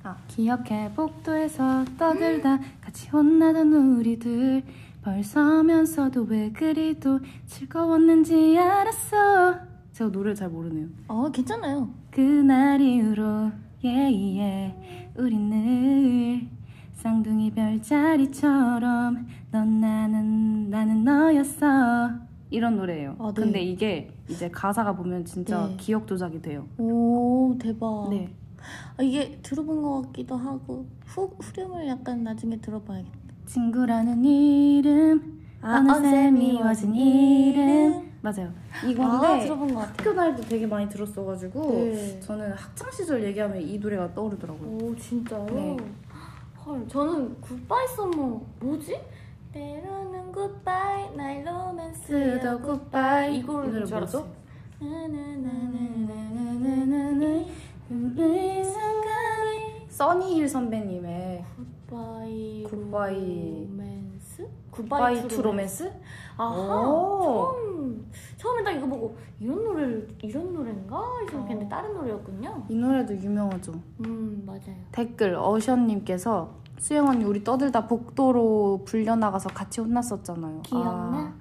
B: 아 기억해 복도에서 떠들다 같이 혼나던 우리들 벌써면서도 왜 그리도 즐거웠는지 알았어. 제가 노래를 잘 모르네요.
A: 아 괜찮아요.
B: 그날 이후로 예예 우린 늘 쌍둥이 별자리처럼 넌 나는 나는 너였어 이런 노래예요.
A: 아, 네.
B: 근데 이게 이제 가사가 보면 진짜
A: 네.
B: 기억 조작이 돼요.
A: 오 대박.
B: 네.
A: 아, 이게 들어본 것 같기도 하고 후, 후렴을 약간 나중에 들어봐야겠다.
B: 친구라는 이름 아, 어느새 미워진 이름 맞아요. 이건데 그
A: 아 들어본 것 같아.
B: 학교 다닐 때 되게 많이 들었어가지고
A: 네.
B: 저는 학창 시절 얘기하면 이 노래가 떠오르더라고요.
A: 오 진짜요?
B: 네.
A: 헐 저는 굿바이 썸머 뭐지? 때로는 굿바이 나의
B: 네,
A: 로맨스
B: 굿바이
A: 이걸
B: 노래
A: 줄 알았어?
B: 뭐였지?
A: 나나나나나나나나
B: 써니힐 선배님의
A: 굿바이
B: 굿바이.
A: 로맨스?
B: 바이 투 로맨스?
A: 아하
B: 오.
A: 처음 처음에 딱 이거 보고 이런 노래를 이런 노래인가 생각했는데
B: 어.
A: 다른 노래였군요.
B: 이 노래도 유명하죠.
A: 음 맞아요.
B: 댓글 어션님께서 수영 언니 우리 떠들다 복도로 불려나가서 같이 혼났었잖아요.
A: 기억나?
B: 아,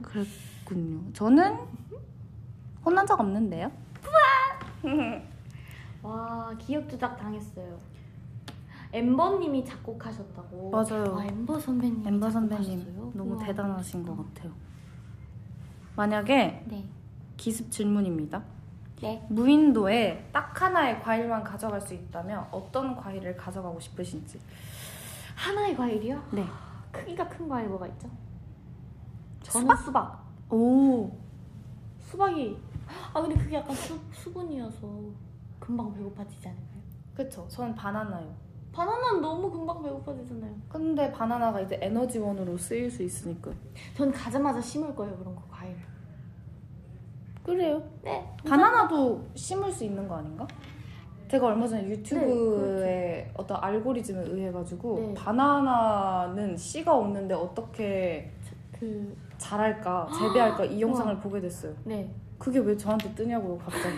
B: 그랬군요. 저는 혼난 적 없는데요.
A: 와 기억 조작 당했어요. 엠버님이 작곡하셨다고.
B: 맞아요.
A: 아 엠버 선배님.
B: 엠버 선배님 너무 대단하신 것 같아요. 만약에
A: 네.
B: 기습 질문입니다.
A: 네.
B: 무인도에 딱 하나의 과일만 가져갈 수 있다면 어떤 과일을 가져가고 싶으신지.
A: 하나의 과일이요?
B: 네.
A: 크기가 큰 과일 뭐가 있죠? 저는
B: 수박?
A: 수박.
B: 오.
A: 수박. 이아 근데 그게 약간 수, 수분이어서 금방 배고파지지 않을까요?
B: 그쵸. 저는 바나나요.
A: 바나나는 너무 금방 배고파지잖아요.
B: 근데 바나나가 이제 에너지원으로 쓰일 수 있으니까.
A: 전 가자마자 심을 거예요 그런 거 과일.
B: 그래요.
A: 네.
B: 바나나도 심을 수 있는 거 아닌가? 제가 얼마
A: 네,
B: 전에 유튜브에 어떤 알고리즘에 의해 가지고
A: 그렇죠. 네.
B: 바나나는 씨가 없는데 어떻게
A: 그
B: 자랄까 재배할까 이 영상을 보게 됐어요.
A: 네.
B: 그게 왜 저한테 뜨냐고요 갑자기.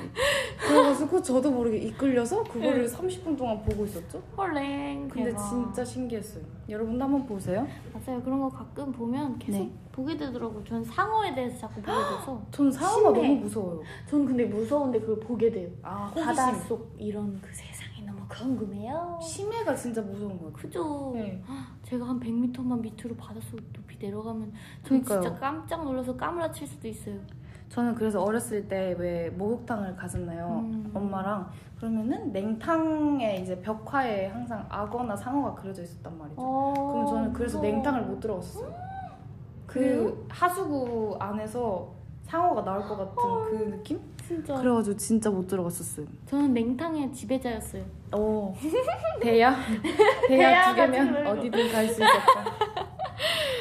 B: 그래가지고 저도 모르게 이끌려서 그거를 30분 동안 보고 있었죠.
A: 헐랭.
B: 근데
A: 네. 대박.
B: 진짜 신기했어요. 여러분도 한번 보세요.
A: 맞아요. 그런 거 가끔 보면 계속
B: 네.
A: 보게 되더라고요. 전 상어에 대해서 자꾸 보게 돼서.
B: 전 상어가
A: 신기해.
B: 너무 무서워요.
A: 전 근데 무서운데 그걸 보게 돼요.
B: 아
A: 바다 속 이런 그 세상이 너무 궁금해요.
B: 심해가 진짜 무서운 것 같아요.
A: 그죠?
B: 네.
A: 제가 한 100m만 밑으로 바닷속 높이 내려가면 저
B: 그러니까요.
A: 진짜 깜짝 놀라서 까무라칠 수도 있어요.
B: 저는 그래서 어렸을 때 왜 목욕탕을 갔었나요?
A: 음.
B: 엄마랑 그러면은 냉탕에 이제 벽화에 항상 악어나 상어가 그려져 있었단 말이죠.
A: 어,
B: 그럼 저는 그래서
A: 무서워.
B: 냉탕을 못 들어갔어요. 그
A: 그래요?
B: 하수구 안에서 상어가 나올 것 같은 그 느낌?
A: 진짜.
B: 그래가지고 진짜 못 들어갔었어요.
A: 저는 냉탕의 지배자였어요.
B: 어 대야
A: 대야
B: 대야 두
A: 같은
B: 개면
A: 걸로.
B: 어디든 갈 수 있겠다.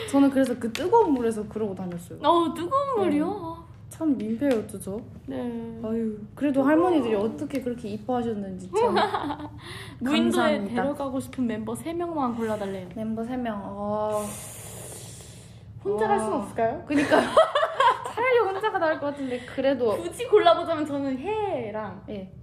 B: 저는 그래서 그 뜨거운 물에서 그러고 다녔어요.
A: 어우
B: 네.
A: 뜨거운 물이요.
B: 참 민폐였죠 저.
A: 네.
B: 아유 그래도 할머니들이 어떻게 그렇게 이뻐하셨는지 참
A: 무인도에
B: 감사합니다.
A: 데려가고 싶은 멤버 3명만 골라달래요.
B: 멤버 3명. 어...
A: 혼자 갈 수는 없을까요?
B: 그니까 차라리 혼자가 나을 것 같은데 그래도
A: 굳이 골라보자면 저는 해랑
B: 예.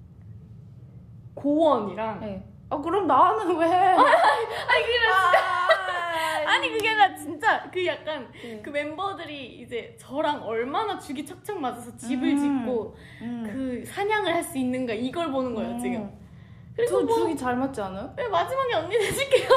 A: 고원이랑
B: 예. 아 그럼 나는 왜?
A: 아니 그게 나,
B: 아,
A: 아니 그게 나 진짜 그 약간
B: 예.
A: 그 멤버들이 이제 저랑 얼마나 죽이 척척 맞아서 집을
B: 음.
A: 짓고
B: 음.
A: 그 사냥을 할 수 있는가 이걸 보는 거예요 지금
B: 음.
A: 그리고
B: 저
A: 뭐
B: 주기 잘 맞지 않아요?
A: 왜 마지막에 언니 내줄게요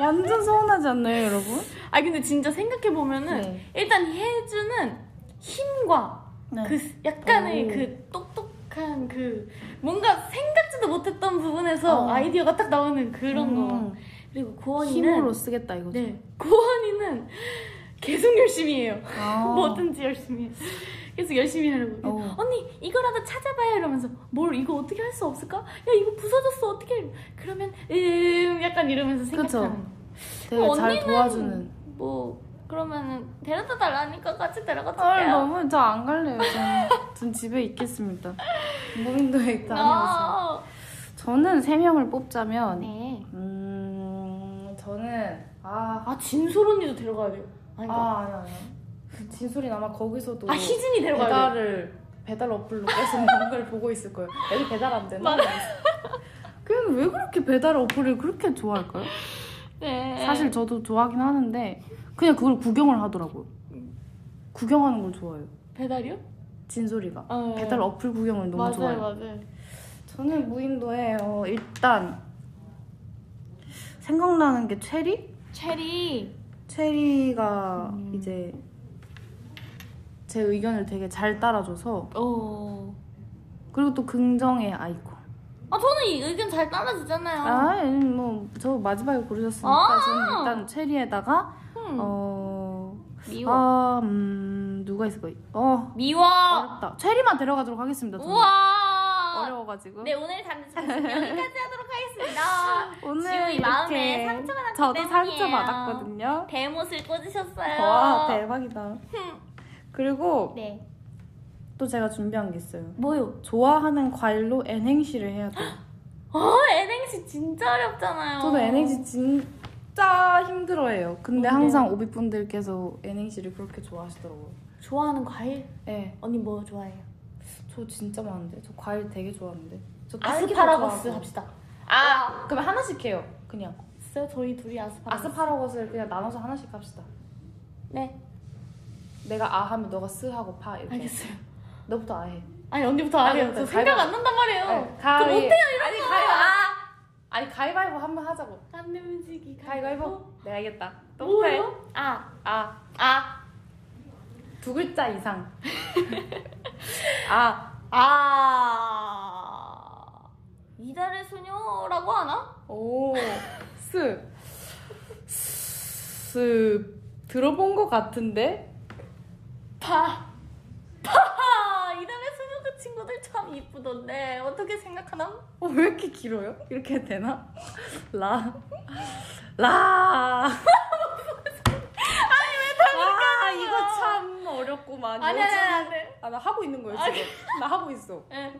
B: 완전 서운하지 않나요, 여러분?
A: 아 근데 진짜 생각해보면은
B: 네.
A: 일단 혜주는 힘과
B: 네.
A: 그 약간의
B: 오.
A: 그 똑똑한 그 뭔가 생각지도 못했던 부분에서
B: 어.
A: 아이디어가 딱 나오는 그런 거
B: 음.
A: 그리고 고원이는
B: 힘으로 쓰겠다 이거죠.
A: 네 고원이는 계속 열심히 해요
B: 아.
A: 뭐든지 열심히 해. 계속 열심히 하려고
B: 어.
A: 언니 이거라도 찾아봐요 이러면서 뭘 이거 어떻게 할 수 없을까? 야 이거 부서졌어 어떻게 그러면 음 약간 이러면서
B: 그쵸.
A: 생각하는 거.
B: 되게
A: 어,
B: 잘
A: 언니는
B: 도와주는.
A: 뭐 그러면은 데려다 달라니까 같이 데려가
B: 아
A: 줄게요.
B: 너무 저 안 갈래요. 저는, 전 집에 있겠습니다. 무인도에 다녀오세요.
A: 아,
B: 저는 세 명을 뽑자면
A: 네.
B: 음 저는 아.
A: 아 진솔 언니도 데려가야 돼요. 아니 아,
B: 아, 아니, 아니. 진솔이 아마 거기서도
A: 아 희진이 데려가야 돼.
B: 배달을 배달 어플로 계속 뭔가를 보고 있을 거예요. 여기 배달 안 되나? 그냥 왜 그렇게 배달 어플을 그렇게 좋아할까요?
A: 네.
B: 사실 저도 좋아하긴 하는데 그냥 그걸 구경을 하더라고요. 구경하는 걸 좋아해요.
A: 배달이요?
B: 진솔이가
A: 어.
B: 배달 어플 구경을 너무
A: 맞아요,
B: 좋아해요.
A: 맞아요.
B: 저는 무인도에 어, 일단 생각나는 게 체리?
A: 체리.
B: 체리가
A: 음.
B: 이제 제 의견을 되게 잘 따라줘서
A: 어.
B: 그리고 또 긍정의 아이콘.
A: 아 저는 이 의견 잘 따라주잖아요.
B: 아, 뭐저 마지막에 고르셨으니까
A: 아!
B: 저는 일단 체리에다가
A: 음.
B: 어,
A: 미워.
B: 아, 음, 누가 있을까? 어,
A: 미워.
B: 어렵다. 체리만 데려가도록 하겠습니다. 저는.
A: 우와.
B: 어려워가지고.
A: 네 오늘 단지 여기까지 하도록 하겠습니다.
B: 오늘
A: 지훈이
B: 이렇게
A: 마음에 상처가 났기
B: 저도
A: 때문이에요. 아.
B: 상처 받았거든요.
A: 대못을 꽂으셨어요.
B: 와, 대박이다. 그리고
A: 네.
B: 또 제가 준비한 게 있어요.
A: 뭐요?
B: 좋아하는 과일로 N행시를 해야 돼요.
A: 어 NNC 진짜 어렵잖아요.
B: 저도 NNC 진짜 힘들어해요. 근데
A: 뭔데?
B: 항상 오비분들께서 NNC를 그렇게 좋아하시더라고요.
A: 좋아하는 과일?
B: 네,
A: 언니 뭐 좋아해요?
B: 저 진짜 많은데. 저 과일 되게 좋아하는데. 저 딸기도
A: 아스파라거스
B: 좋아하고.
A: 합시다.
B: 아, 그러면 하나씩 해요. 그냥.
A: 있어요? 저희 둘이 아스파라거스.
B: 아스파라거스를 그냥 나눠서 하나씩 합시다.
A: 네
B: 내가 아 하면 너가 스 하고 파 이렇게.
A: 알겠어요.
B: 너부터 아 해.
A: 아니 언니부터
B: 아,
A: 하래요. 저
B: 그래,
A: 생각 안 난단 말이에요.
B: 네,
A: 저
B: 가위.
A: 못해요 이런
B: 아니,
A: 거.
B: 가위.
A: 아,
B: 아니 가위바위보 한 번 하자고.
A: 안내 움직이.
B: 가위바위보. 내가 이겼다. 너부터 해.
A: 뭐예요? 아,
B: 아,
A: 아,
B: 두 글자 이상. 아,
A: 아. 이달의 소녀라고 하나?
B: 오, 스, 스 들어본 것 같은데.
A: 파. 파. 이달의 소녀 그 친구들 참 이쁘던데 어떻게 생각하나?
B: 어, 왜 이렇게 길어요? 이렇게 해도 되나? 라, 라. 아니 왜 다니까? 아, 이거 참 어렵구만.
A: 아니 아니 아니. 아니.
B: 아, 나 하고 있는 거예요
A: 아니.
B: 지금. 나 하고 있어.
A: 예.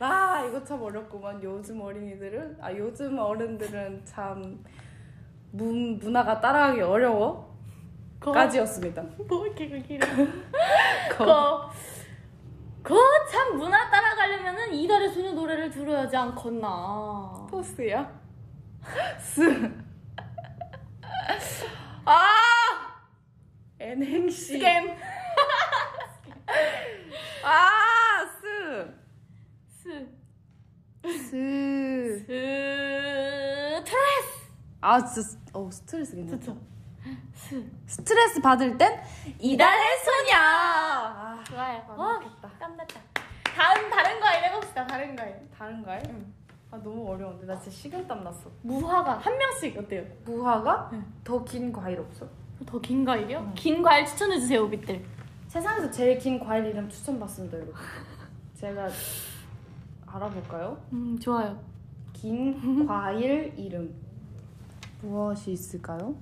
B: 아 이거 참 어렵구만 요즘 어린이들은 아 요즘 어른들은 참 문, 문화가 따라하기 어려워
A: 거-
B: 까지였습니다
A: 뭐 이렇게 그 길어? 거. 거참 문화 따라가려면은 이달의 소녀 노래를 들어야지 않겠나.
B: 포스야 스아 N행시
A: 스캠.
B: 아, 아스스
A: 스. 스트레스.
B: 아 진짜 어 스트레스겠네
A: 그쵸. 스.
B: 스트레스 받을 땐 이달의 소녀 아,
A: 좋아요.
B: 완벽했다.
A: 어, 깜났다. 다음 다른 거 해봅시다. 다른 거.
B: 다른가요? 아 너무 어려운데 나 진짜 식은땀 났어
A: 무화과 한 명씩 어때요?
B: 무화과?
A: 응.
B: 더 긴 과일 없어?
A: 더 긴 과일이요?
B: 응.
A: 긴 과일 추천해 주세요, 오빛들.
B: 세상에서 제일 긴 과일 이름 추천받습니다, 여러분. 제가 알아볼까요?
A: 음, 좋아요.
B: 긴 과일 이름 무엇이 있을까요?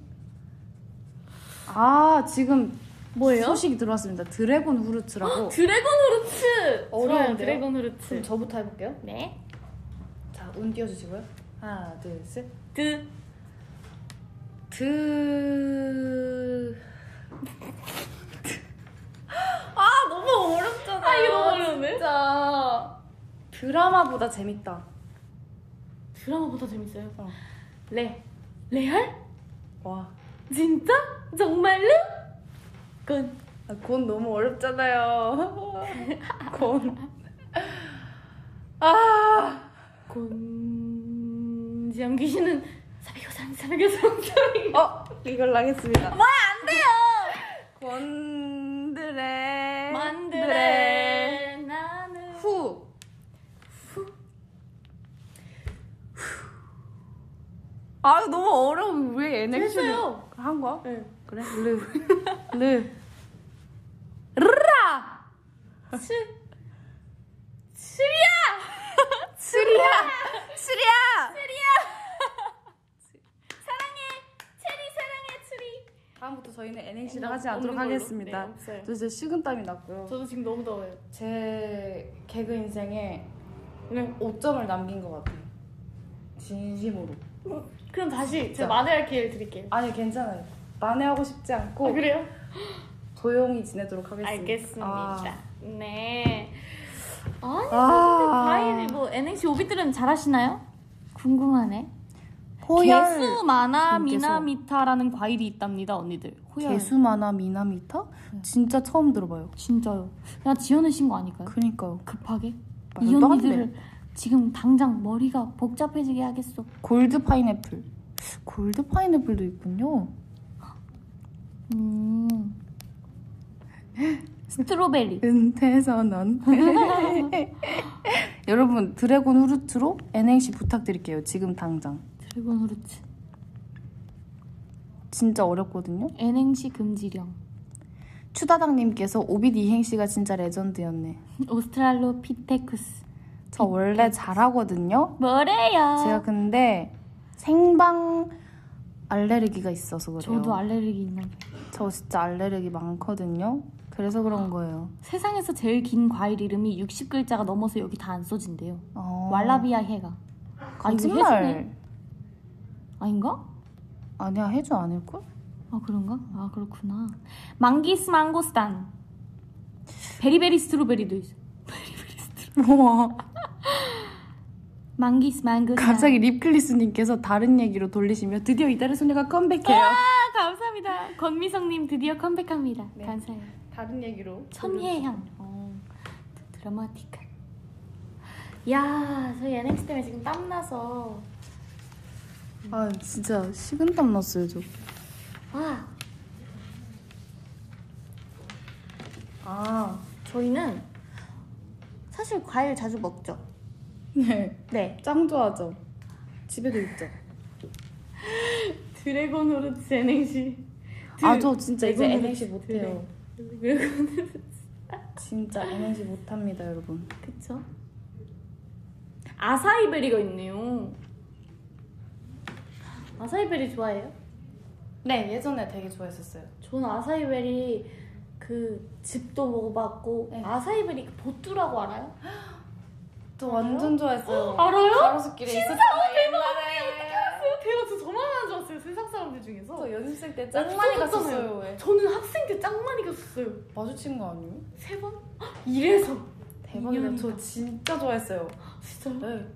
B: 아 지금
A: 뭐예요?
B: 소식이 들어왔습니다. 드래곤 후르츠라고.
A: 드래곤 후르츠. 좋아요. 음,
B: 어려운데요?
A: 드래곤 후르츠.
B: 그럼 저부터 해볼게요.
A: 네.
B: 자, 운 띄워주시고요. 하나, 둘, 셋.
A: 드.
B: 드. 아 너무 어렵잖아.
A: 아, 이거 너무 어려운데?
B: 진짜 드라마보다 재밌다.
A: 드라마보다 재밌어요.
B: 어.
A: 레. 레알?
B: 와,
A: 진짜? 정말로? 건.
B: 아, 곤 너무 어렵잖아요. 곤. 아,
A: 곤지암 귀신은 사비교상 사비교상 사비.
B: 어 이걸 하겠습니다.
A: 와안 돼요.
B: 곤드레.
A: 만드레 나는
B: 네. 후. 아 이거 너무 어려워 왜 NX를
A: 됐어요.
B: 한 거야?
A: 네.
B: 그래 르. 르. 르라.
A: 치 치리야
B: 스리야. 스리야.
A: 사랑해
B: 저희는 NAC를 하지 않도록
A: 없는 걸로.
B: 하겠습니다.
A: 네, 없어요.
B: 저 진짜 식은땀이 났고요.
A: 저도 지금 너무 더워요.
B: 제 개그 인생에
A: 네.
B: 5점을 남긴 것 같아요. 진심으로.
A: 그럼 다시
B: 진짜.
A: 제가 만회할 기회를 드릴게요.
B: 아니 괜찮아요. 만회하고 싶지 않고
A: 아, 그래요?
B: 조용히 지내도록 하겠습니다.
A: 알겠습니다. 네. 아니,
B: 아.
A: 근데 과일 뭐 NXT 오비들은 잘하시나요? 궁금하네.
B: 호열
C: 개수 많아
B: 님께서.
C: 미나미타라는 과일이 있답니다 언니들 호열
B: 개수만화 미나미터? 진짜 처음 들어봐요.
C: 진짜요 야 지어내신 거 아닐까요?
B: 그니까요. 아,
C: 급하게 이
B: 말도 안 돼.
C: 언니들을 지금 당장 머리가 복잡해지게 하겠어
B: 골드 파인애플. 골드 파인애플도 있군요.
C: 음 스트로베리
B: 은퇴선언. 여러분 드래곤 후르츠로 NAC 부탁드릴게요. 지금 당장.
C: 드래곤 후르츠
B: 진짜 어렵거든요.
C: NNC 금지령
B: 추다당님께서 오빛 이행시가 진짜 레전드였네.
C: 오스트랄로피테쿠스
B: 저 원래 잘하거든요.
C: 뭐래요?
B: 제가 근데 생방 알레르기가 있어서 그래요.
C: 저도 알레르기 있나 봐요
B: 저 진짜 알레르기 많거든요. 그래서 그런 거예요.
C: 세상에서 제일 긴 과일 이름이 60글자가 넘어서 여기 다 안 써진대요
B: 어.
C: 왈라비아 해가 아, 이거 해주네.
B: 거짓말.
C: 아닌가?
B: 아니야 해주 아닐 걸?
C: 아 그런가? 아 그렇구나. 망기스 망고스탄. 베리베리 스트로베리도 있어.
B: 우와.
C: 망기스 망고스탄.
B: 갑자기 립클리스님께서 다른 얘기로 돌리시며 드디어 이달의 소녀가 컴백해요.
C: 아, 감사합니다. 권미성님 드디어 컴백합니다.
B: 네.
C: 감사해요.
B: 다른 얘기로.
C: 천혜향. 어, 드라마틱한.
A: 야, 저희 NXT 때문에 지금 땀나서.
B: 아 진짜 식은땀 났어요 저.
A: 아,
B: 아
A: 저희는 사실 과일 자주 먹죠.
B: 네.
A: 네.
B: 짱 좋아하죠. 집에도 있죠.
A: 드래곤 호르츠 NXT.
B: 아 저 진짜 이거
A: 이제
B: NNC 못해요.
A: 드래곤.
B: 진짜 NNC 못합니다 여러분.
A: 그쵸? 아사이베리가 있네요. 아사이베리 좋아해요?
B: 네 예전에 되게 좋아했었어요.
A: 저는 아사이베리 그 집도 먹어봤고
B: 네.
A: 아사이베리 그 보뚜라고 알아요?
B: 저 완전 좋아했어요.
A: 알아요?
B: 가로수길에 있었어요.
A: 아,
B: 옛날에.
A: 대박 저 저만 하는 줄 알았어요 세상 사람들 중에서
B: 저 연습생 때
A: 나
B: 짱 많이
A: 없었잖아요.
B: 갔었어요. 왜?
A: 저는 학생 때 짱 많이 갔었어요
B: 마주친 거 아니에요?
A: 세 번? 이래서
B: 대박이다.
A: 인연이다.
B: 저 진짜 좋아했어요.
A: 진짜요?
B: 네.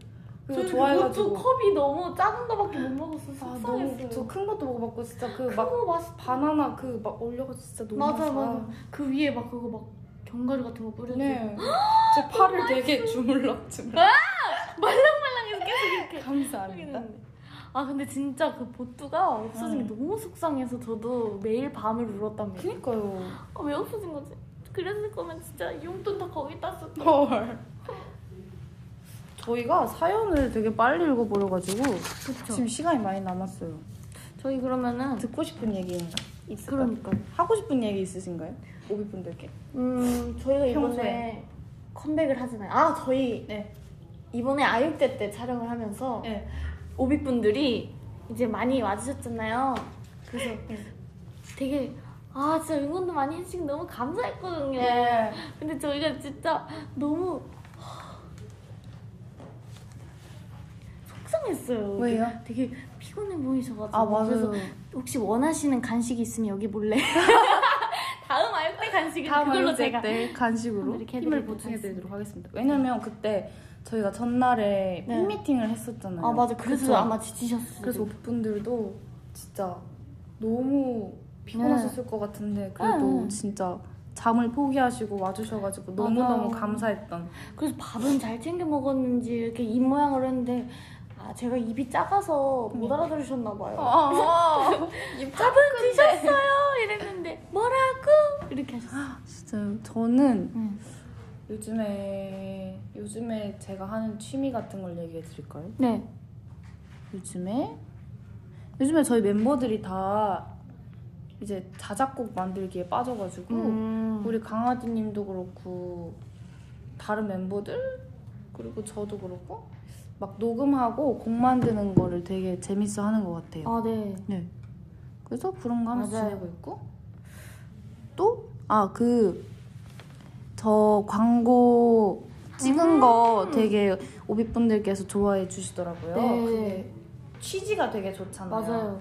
B: 그리고
A: 저는
B: 좋아해가지고.
A: 그것도 컵이 너무 작은 거밖에 못 먹어서
B: 아
A: 속상했어요
B: 너무 저 큰 것도 먹어봤고 진짜 그 막
A: 그거 맛있
B: 바나나 그 막 올려가지고 진짜 너무
A: 맞아
B: 맛있어요.
A: 맞아 그 위에 막 그거 막 견과류 같은 거 뿌려주고
B: 네. 제 팔을 되게 주물럭 주물럭.
A: 아, 말랑해서 계속 이렇게
B: 감사합니다.
A: 아 근데 진짜 그 보뚜가 없어진 게
B: 응.
A: 너무 속상해서 저도 매일 밤을 울었답니다
B: 그니까요.
A: 아, 왜 없어진 거지? 그랬을 거면 진짜 용돈 다 거기다 썼
B: 헐. 저희가 사연을 되게 빨리 읽어보려가지고 지금 시간이 많이 남았어요.
A: 저희 그러면은
B: 듣고 싶은 얘기 있을까요?
A: 그러니까
B: 하고 싶은 얘기 있으신가요? 오비분들께.
A: 음 저희가 이번에
B: 평소에.
A: 컴백을 하잖아요. 아 저희
B: 네.
A: 이번에 아육대 때 촬영을 하면서
B: 네.
A: 오비 분들이 이제 많이 와주셨잖아요. 그래서
B: 네.
A: 되게 아 진짜 응원도 많이 해주시고 너무 감사했거든요.
B: 네.
A: 근데 저희가 진짜 너무 속상했어요.
B: 왜요?
A: 되게 피곤해 보이셔가지고
B: 아 맞아요.
A: 그래서 혹시 원하시는 간식이 있으면 여기 몰래 다음 아육 때 간식은 그걸로
B: 아이오제
A: 제가
B: 때 간식으로
A: 한번 이렇게
B: 힘을
A: 해드리도록
B: 보충해드리도록 하겠습니다. 왜냐면 그때 저희가 전날에
A: 네.
B: 팬미팅을 했었잖아요.
A: 아 맞아 그래서
B: 그쵸?
A: 아마 지치셨어요
B: 그래서 오빠분들도 진짜 너무 피곤하셨을 것 같은데 그래도
A: 네.
B: 진짜 잠을 포기하시고 와주셔가지고 너무너무 감사했던
A: 그래서 밥은 잘 챙겨 먹었는지 이렇게 입 모양을 했는데 아 제가 입이 작아서
B: 네.
A: 못 알아들으셨나
B: 어,
A: 봐요 밥은 드셨어요 이랬는데 뭐라고 이렇게 하셨어요
B: 진짜요. 저는
A: 응.
B: 요즘에 요즘에 제가 하는 취미 같은 걸 얘기해 드릴까요?
A: 네
B: 요즘에 요즘에 저희 멤버들이 다 이제 자작곡 만들기에 빠져가지고
A: 음.
B: 우리 강아지님도 그렇고 다른 멤버들 그리고 저도 그렇고 막 녹음하고 곡 만드는 거를 되게 재밌어 하는 것 같아요.
A: 아네
B: 네. 그래서 그런 거 하면서
A: 맞아요.
B: 지내고 있고 또? 아, 그, 저 광고
A: 음.
B: 찍은 거 되게 오빛분들께서 좋아해 주시더라고요.
A: 네.
B: 그게 취지가 되게 좋잖아요.
A: 맞아요.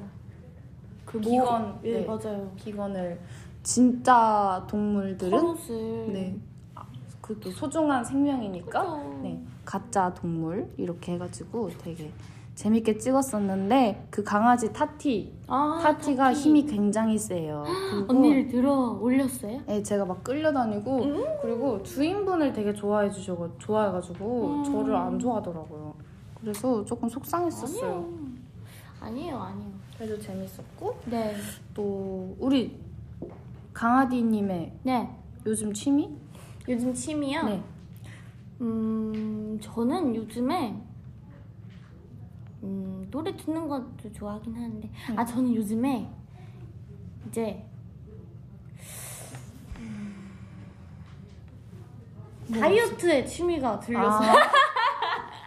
B: 그 모-
A: 기건. 예,
B: 네.
A: 맞아요.
B: 기건을 진짜 동물들은
A: 커롯을.
B: 네.
A: 음.
B: 아, 그것도 소중한 생명이니까
A: 그쵸.
B: 네. 가짜 동물 이렇게 해가지고 되게 재밌게 찍었었는데 그 강아지 타티
A: 아,
B: 타티가
A: 타티.
B: 힘이 굉장히 세요. 그리고
A: 언니를 들어 올렸어요?
B: 네, 제가 막 끌려다니고
A: 음.
B: 그리고 주인분을 되게 좋아해 주셔가 좋아해가지고
A: 음.
B: 저를 안 좋아하더라고요. 그래서 조금 속상했었어요.
A: 아니에요, 아니에요.
B: 그래도 재밌었고
A: 네.
B: 또 우리 강아지님의
A: 네.
B: 요즘 취미?
A: 요즘 취미요?
B: 네.
A: 음, 저는 요즘에 음, 노래 듣는 것도 좋아하긴 하는데 아 저는 요즘에 이제 음, 뭐 다이어트에 취미가 들려서
B: 아,
A: 아,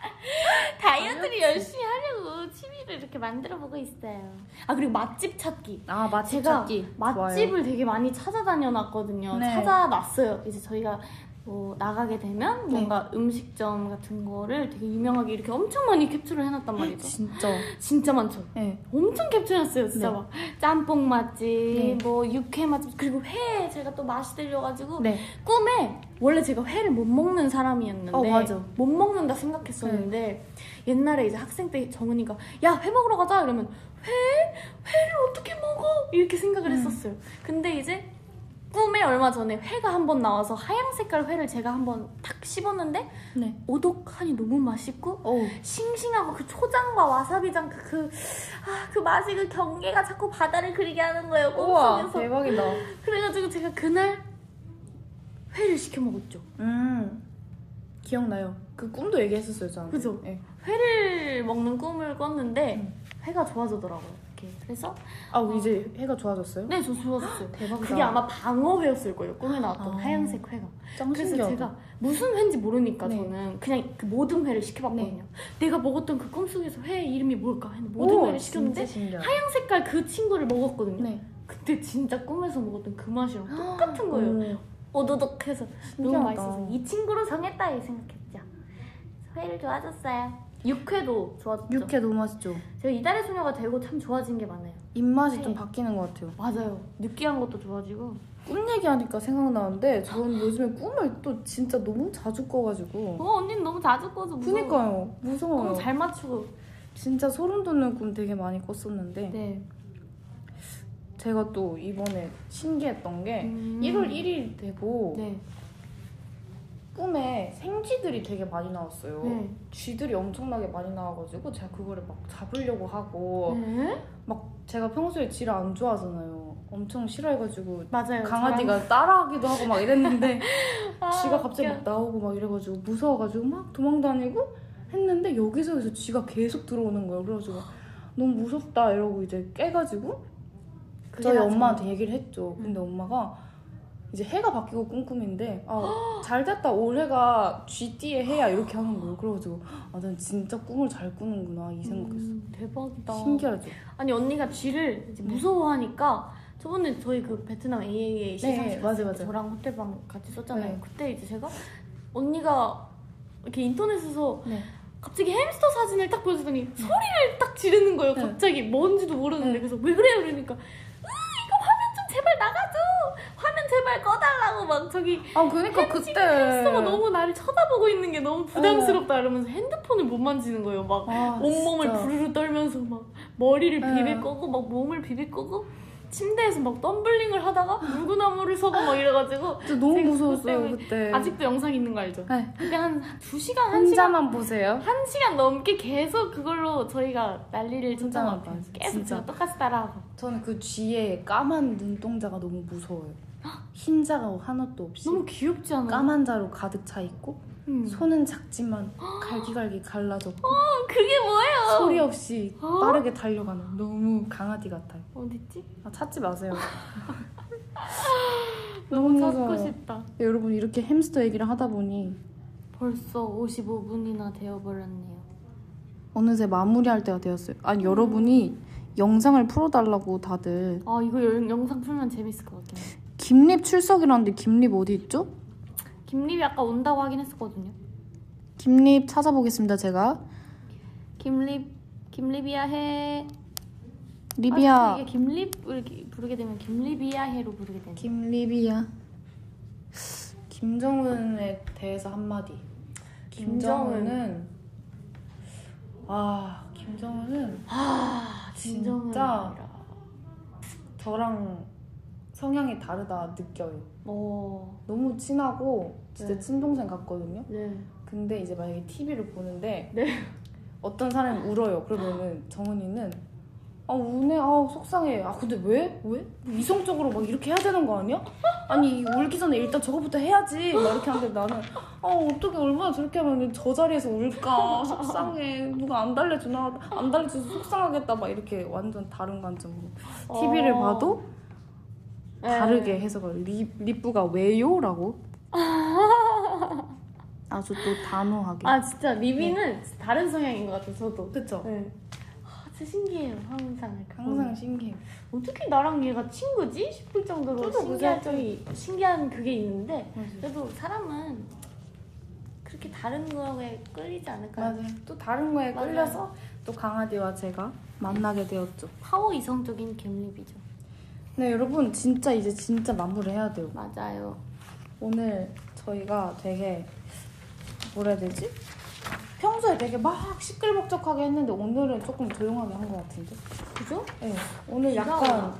A: 다이어트를 열심히 하려고 취미를 이렇게 만들어 보고 있어요. 아 그리고 맛집 찾기.
B: 아 맛집
A: 제가
B: 찾기.
A: 맛집을 되게 많이 찾아다녀놨거든요.
B: 네.
A: 찾아놨어요. 이제 저희가 뭐 나가게
B: 네.
A: 되면 뭔가 음식점 같은 거를 되게 유명하게 이렇게 엄청 많이 capture를 해놨단
B: 좋아요.
A: 말이죠.
B: 진짜.
A: 진짜 많죠.
B: 네.
A: 엄청 캡처했어요 진짜
B: 네.
A: 막 짬뽕 맛집
B: 네.
A: 뭐 육회 맛집 그리고 회 제가 또 맛이 들려가지고
B: 네.
A: 꿈에 원래 제가 회를 못 먹는 사람이었는데
B: 어, 맞아. 네.
A: 못 먹는다 생각했었는데 옛날에 이제 학생 때 정은이가 야 회 먹으러 가자 이러면 회 회를 어떻게 먹어 이렇게
B: 음.
A: 생각을 했었어요 근데 이제 꿈에 얼마 전에 회가 한 번 나와서 하얀 색깔 회를 제가 한 번 탁 씹었는데
B: 네.
A: 오독하니 너무 맛있고
B: 어.
A: 싱싱하고 그 초장과 와사비장 그 그 아, 그 맛이 그 경계가 자꾸 바다를 그리게 하는 거예요
B: 우와
A: 꿈속에서
B: 대박이다.
A: 그래가지고 제가 그날 회를 시켜 먹었죠
B: 음. 기억나요. 그 꿈도 얘기했었어요, 저한테.
A: 그죠?
B: 네.
A: 회를 먹는 꿈을 꿨는데 회가 좋아지더라고요 이렇게 그래서
B: 아, 이제 해가 좋아졌어요?
A: 네 저 좋아졌어요
B: 대박이다.
A: 그게 아마 방어회였을 거예요 꿈에 나왔던
B: 아.
A: 하얀색 회가
B: 짱
A: 그래서
B: 신기하다.
A: 제가 무슨 회인지 모르니까
B: 네.
A: 저는 그냥 그 모든 회를 시켜봤거든요 내가 먹었던 그 꿈속에서 회 이름이 뭘까 했는데 모든
B: 오,
A: 회를 시켰는데
B: 진짜 신기하다.
A: 하얀 색깔 그 친구를 먹었거든요
B: 네.
A: 그때 진짜 꿈에서 먹었던 그 맛이랑 똑같은 거예요. 오도독해서 너무
B: 신기하다.
A: 맛있어서 이 친구로 정했다 이 생각했죠. 회를 좋아졌어요. 육회도 좋아졌죠.
B: 육회 너무 맛있죠.
A: 제가 이달의 소녀가 되고 참 좋아진 게 많아요.
B: 입맛이
A: 네.
B: 좀 바뀌는 것 같아요.
A: 맞아요. 느끼한 것도 좋아지고.
B: 꿈 얘기하니까 생각나는데 저는 요즘에 꿈을 또 진짜 너무 자주 꿔가지고
A: 어 언니는 너무 자주 꿔서 무서워.
B: 그니까요 무서워요.
A: 너무 잘 맞추고.
B: 진짜 소름 돋는 꿈 되게 많이 꿨었는데
A: 네.
B: 제가 또 이번에 신기했던 게
A: 음.
B: 1월 1일 되고
A: 네.
B: 꿈에 생쥐들이 되게 많이 나왔어요.
A: 네.
B: 쥐들이 엄청나게 많이 나와가지고 제가 그거를 막 잡으려고 하고
A: 네.
B: 막 제가 평소에 쥐를 안 좋아하잖아요. 엄청 싫어해가지고
A: 맞아요.
B: 강아지가 따라하기도 하고 막 이랬는데
A: 네, 아,
B: 쥐가 갑자기
A: 웃겨.
B: 막 나오고 막 이래가지고 무서워가지고 막 도망다니고 했는데 여기서 여기서 쥐가 계속 들어오는 거예요. 그래가지고 너무 무섭다 이러고 이제 깨가지고
A: 그게
B: 저희
A: 나중에-
B: 엄마한테 얘기를 했죠. 근데 엄마가 이제 해가 바뀌고 꿈꿈인데 아, 잘 됐다 올해가 쥐띠의 해야 이렇게 하는 거예요. 그래가지고 아, 난 진짜 꿈을 잘 꾸는구나 이 생각했어.
A: 음, 대박이다.
B: 신기하죠.
A: 아니 언니가 쥐를 이제 무서워하니까 저번에 저희 그 베트남 AAA 시상
B: 네, 맞아 맞아.
A: 저랑 호텔방 같이 썼잖아요.
B: 네.
A: 그때 이제 제가 언니가 이렇게 인터넷에서
B: 네.
A: 갑자기 햄스터 사진을 딱 보여주더니 소리를 딱 지르는 거예요.
B: 네.
A: 갑자기 뭔지도 모르는데
B: 네.
A: 그래서 왜 그래요? 그러니까 으 이거 화면 좀 제발 나가줘. 화면 제발 꺼달라고 막 저기
B: 아 그러니까 그때 어.
A: 햄스터가 너무 나를 쳐다보고 있는 게 너무 부담스럽다 이러면서 핸드폰을 못 만지는 거예요. 막
B: 아,
A: 온몸을
B: 진짜.
A: 부르르 떨면서 막 머리를
B: 네.
A: 비비꼬고 막 몸을 비비꼬고 침대에서 막 덤블링을
B: 아.
A: 하다가 물구나무를 서고 막 이래가지고
B: 진짜 너무
A: 제가
B: 무서웠어요
A: 그것 때문에
B: 그때.
A: 아직도 영상 있는 거 알죠?
B: 네.
A: 그때 한 2시간, 1시간,
B: 혼자만 보세요.
A: 1시간 넘게 계속 그걸로 저희가 난리를 쳤던 것 같아요
B: 혼자만
A: 계속
B: 진짜.
A: 제가 똑같이 따라하고
B: 저는 그 쥐의 까만 눈동자가 너무 무서워요. 흰 자가 하나도 없이
A: 너무 귀엽지 않아요?
B: 까만 자로 가득 차 있고
A: 음.
B: 손은 작지만 갈기갈기 갈라졌고
A: 어, 그게 뭐예요?
B: 소리 없이
A: 어?
B: 빠르게 달려가는 너무 강아지 같아요.
A: 어딨지?
B: 아, 찾지 마세요.
A: 너무
B: 무서워요.
A: 찾고 싶다
B: 네, 여러분 이렇게 햄스터 얘기를 하다 보니
A: 벌써 55분이나 되어버렸네요
B: 어느새 마무리할 때가 되었어요. 아니 여러분이 영상을 풀어달라고 다들
A: 아 이거 영- 영상 풀면 재밌을 것 같긴 해요
D: 김립 출석이라는데 김립 어디 있죠?
A: 김립이 아까 온다고 하긴 했었거든요.
D: 김립 찾아보겠습니다 제가
A: 김립 김립이야 해. 아,
D: 리비아
A: 이게 김립을 이렇게 부르게 되면 김립이야 해로 부르게 되는.
D: 김리비아
B: 김정은에 대해서 한마디. 김정은은 아 김정은은
A: 아
B: 진짜.
A: 진짜.
B: 저랑 성향이 다르다 느껴요.
A: 어.
B: 너무 친하고 진짜
A: 네.
B: 친동생 같거든요.
A: 네.
B: 근데 이제 만약에 TV를 보는데
A: 네.
B: 어떤 사람이 울어요. 그러면은 정은이는 아 우네 아 속상해 아 근데 왜 왜? 이성적으로 막 이렇게 해야 되는 거 아니야? 아니 이 울기 전에 일단 저거부터 해야지 막 이렇게 하는데 나는 아 어떻게 얼마나 저렇게 하면 저 자리에서 울까 속상해 누가 안 달래주나 안 달래줘서 속상하겠다 막 이렇게 완전 다른 관점으로 TV를
A: 어.
B: 봐도
A: 네.
B: 다르게 해석을 리, 리뿌가 왜요라고
D: 아주 또 단호하게
A: 아 진짜 리비는 다른 성향인 것 같아 저도.
B: 그쵸
A: 네. 아 진짜 신기해요 항상. 이렇게
B: 항상 신기해
A: 어떻게 나랑 얘가 친구지 싶을 정도로
B: 저도
A: 신기한 적이 신기한 그게 있는데
B: 맞아요.
A: 그래도 사람은 그렇게 다른 거에 끌리지 않을까
B: 맞아요. 그러니까 또 다른 거에
A: 맞아요.
B: 끌려서 또 강아지와 제가 만나게 되었죠.
A: 파워 이성적인 갬립이죠
B: 네, 여러분 진짜 이제 진짜 마무리해야 돼요.
A: 맞아요
B: 오늘 저희가 되게 뭐라 해야 되지? 평소에 되게 막 시끌벅적하게 했는데 오늘은 조금 조용하게 한 것 같은데?
A: 그죠?
B: 네, 오늘
A: 비가
B: 약간
A: 오나?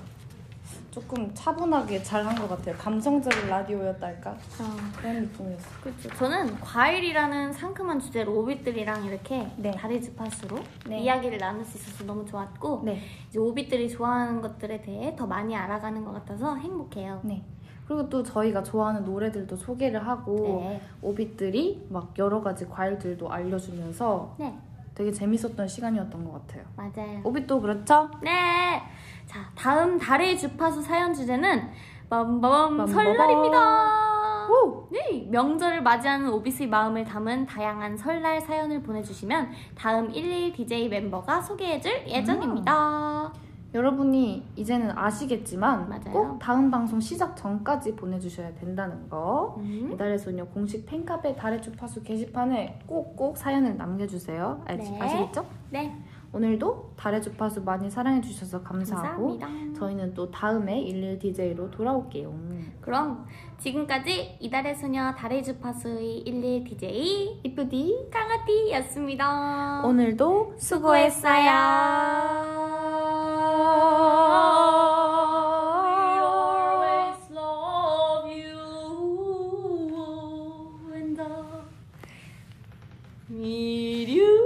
B: 조금 차분하게 잘 한 것 같아요. 감성적인 라디오였달까?
A: 아,
B: 그런 느낌이었어요.
A: 그렇죠 저는 과일이라는 상큼한 주제로 오빛들이랑 이렇게
B: 네.
A: 다리 주파수로
B: 네.
A: 이야기를 나눌 수 있어서 너무 좋았고
B: 네.
A: 이제 오빛들이 좋아하는 것들에 대해 더 많이 알아가는 것 같아서 행복해요
B: 네. 그리고 또 저희가 좋아하는 노래들도 소개를 하고
A: 네.
B: 오빛들이 막 여러 가지 과일들도 알려주면서
A: 네
B: 되게 재밌었던 시간이었던 것 같아요.
A: 맞아요
B: 오빛도 그렇죠?
A: 네. 자, 다음 달의 주파수 사연 주제는 맘밤
B: 빰빠밤.
A: 설날입니다.
B: 오!
A: 네, 명절을 맞이하는 오비스의 마음을 담은 다양한 설날 사연을 보내주시면 다음 11 DJ 멤버가 소개해줄 예정입니다.
B: 여러분이 이제는 아시겠지만
A: 맞아요.
B: 꼭 다음 방송 시작 전까지 보내주셔야 된다는 거.
A: 음.
B: 이달의 소녀 공식 팬카페 달의 주파수 게시판에 꼭꼭 사연을 남겨주세요. 아,
A: 네.
B: 아시겠죠?
A: 네,
B: 오늘도 달의 주파수 많이 사랑해주셔서 감사하고
A: 감사합니다.
B: 저희는 또 다음에 11 DJ로 돌아올게요.
A: 그럼 지금까지 이달의 소녀 달의 주파수의 11 DJ 이쁘디 강아띠였습니다.
B: 오늘도
A: I always love you and I need you.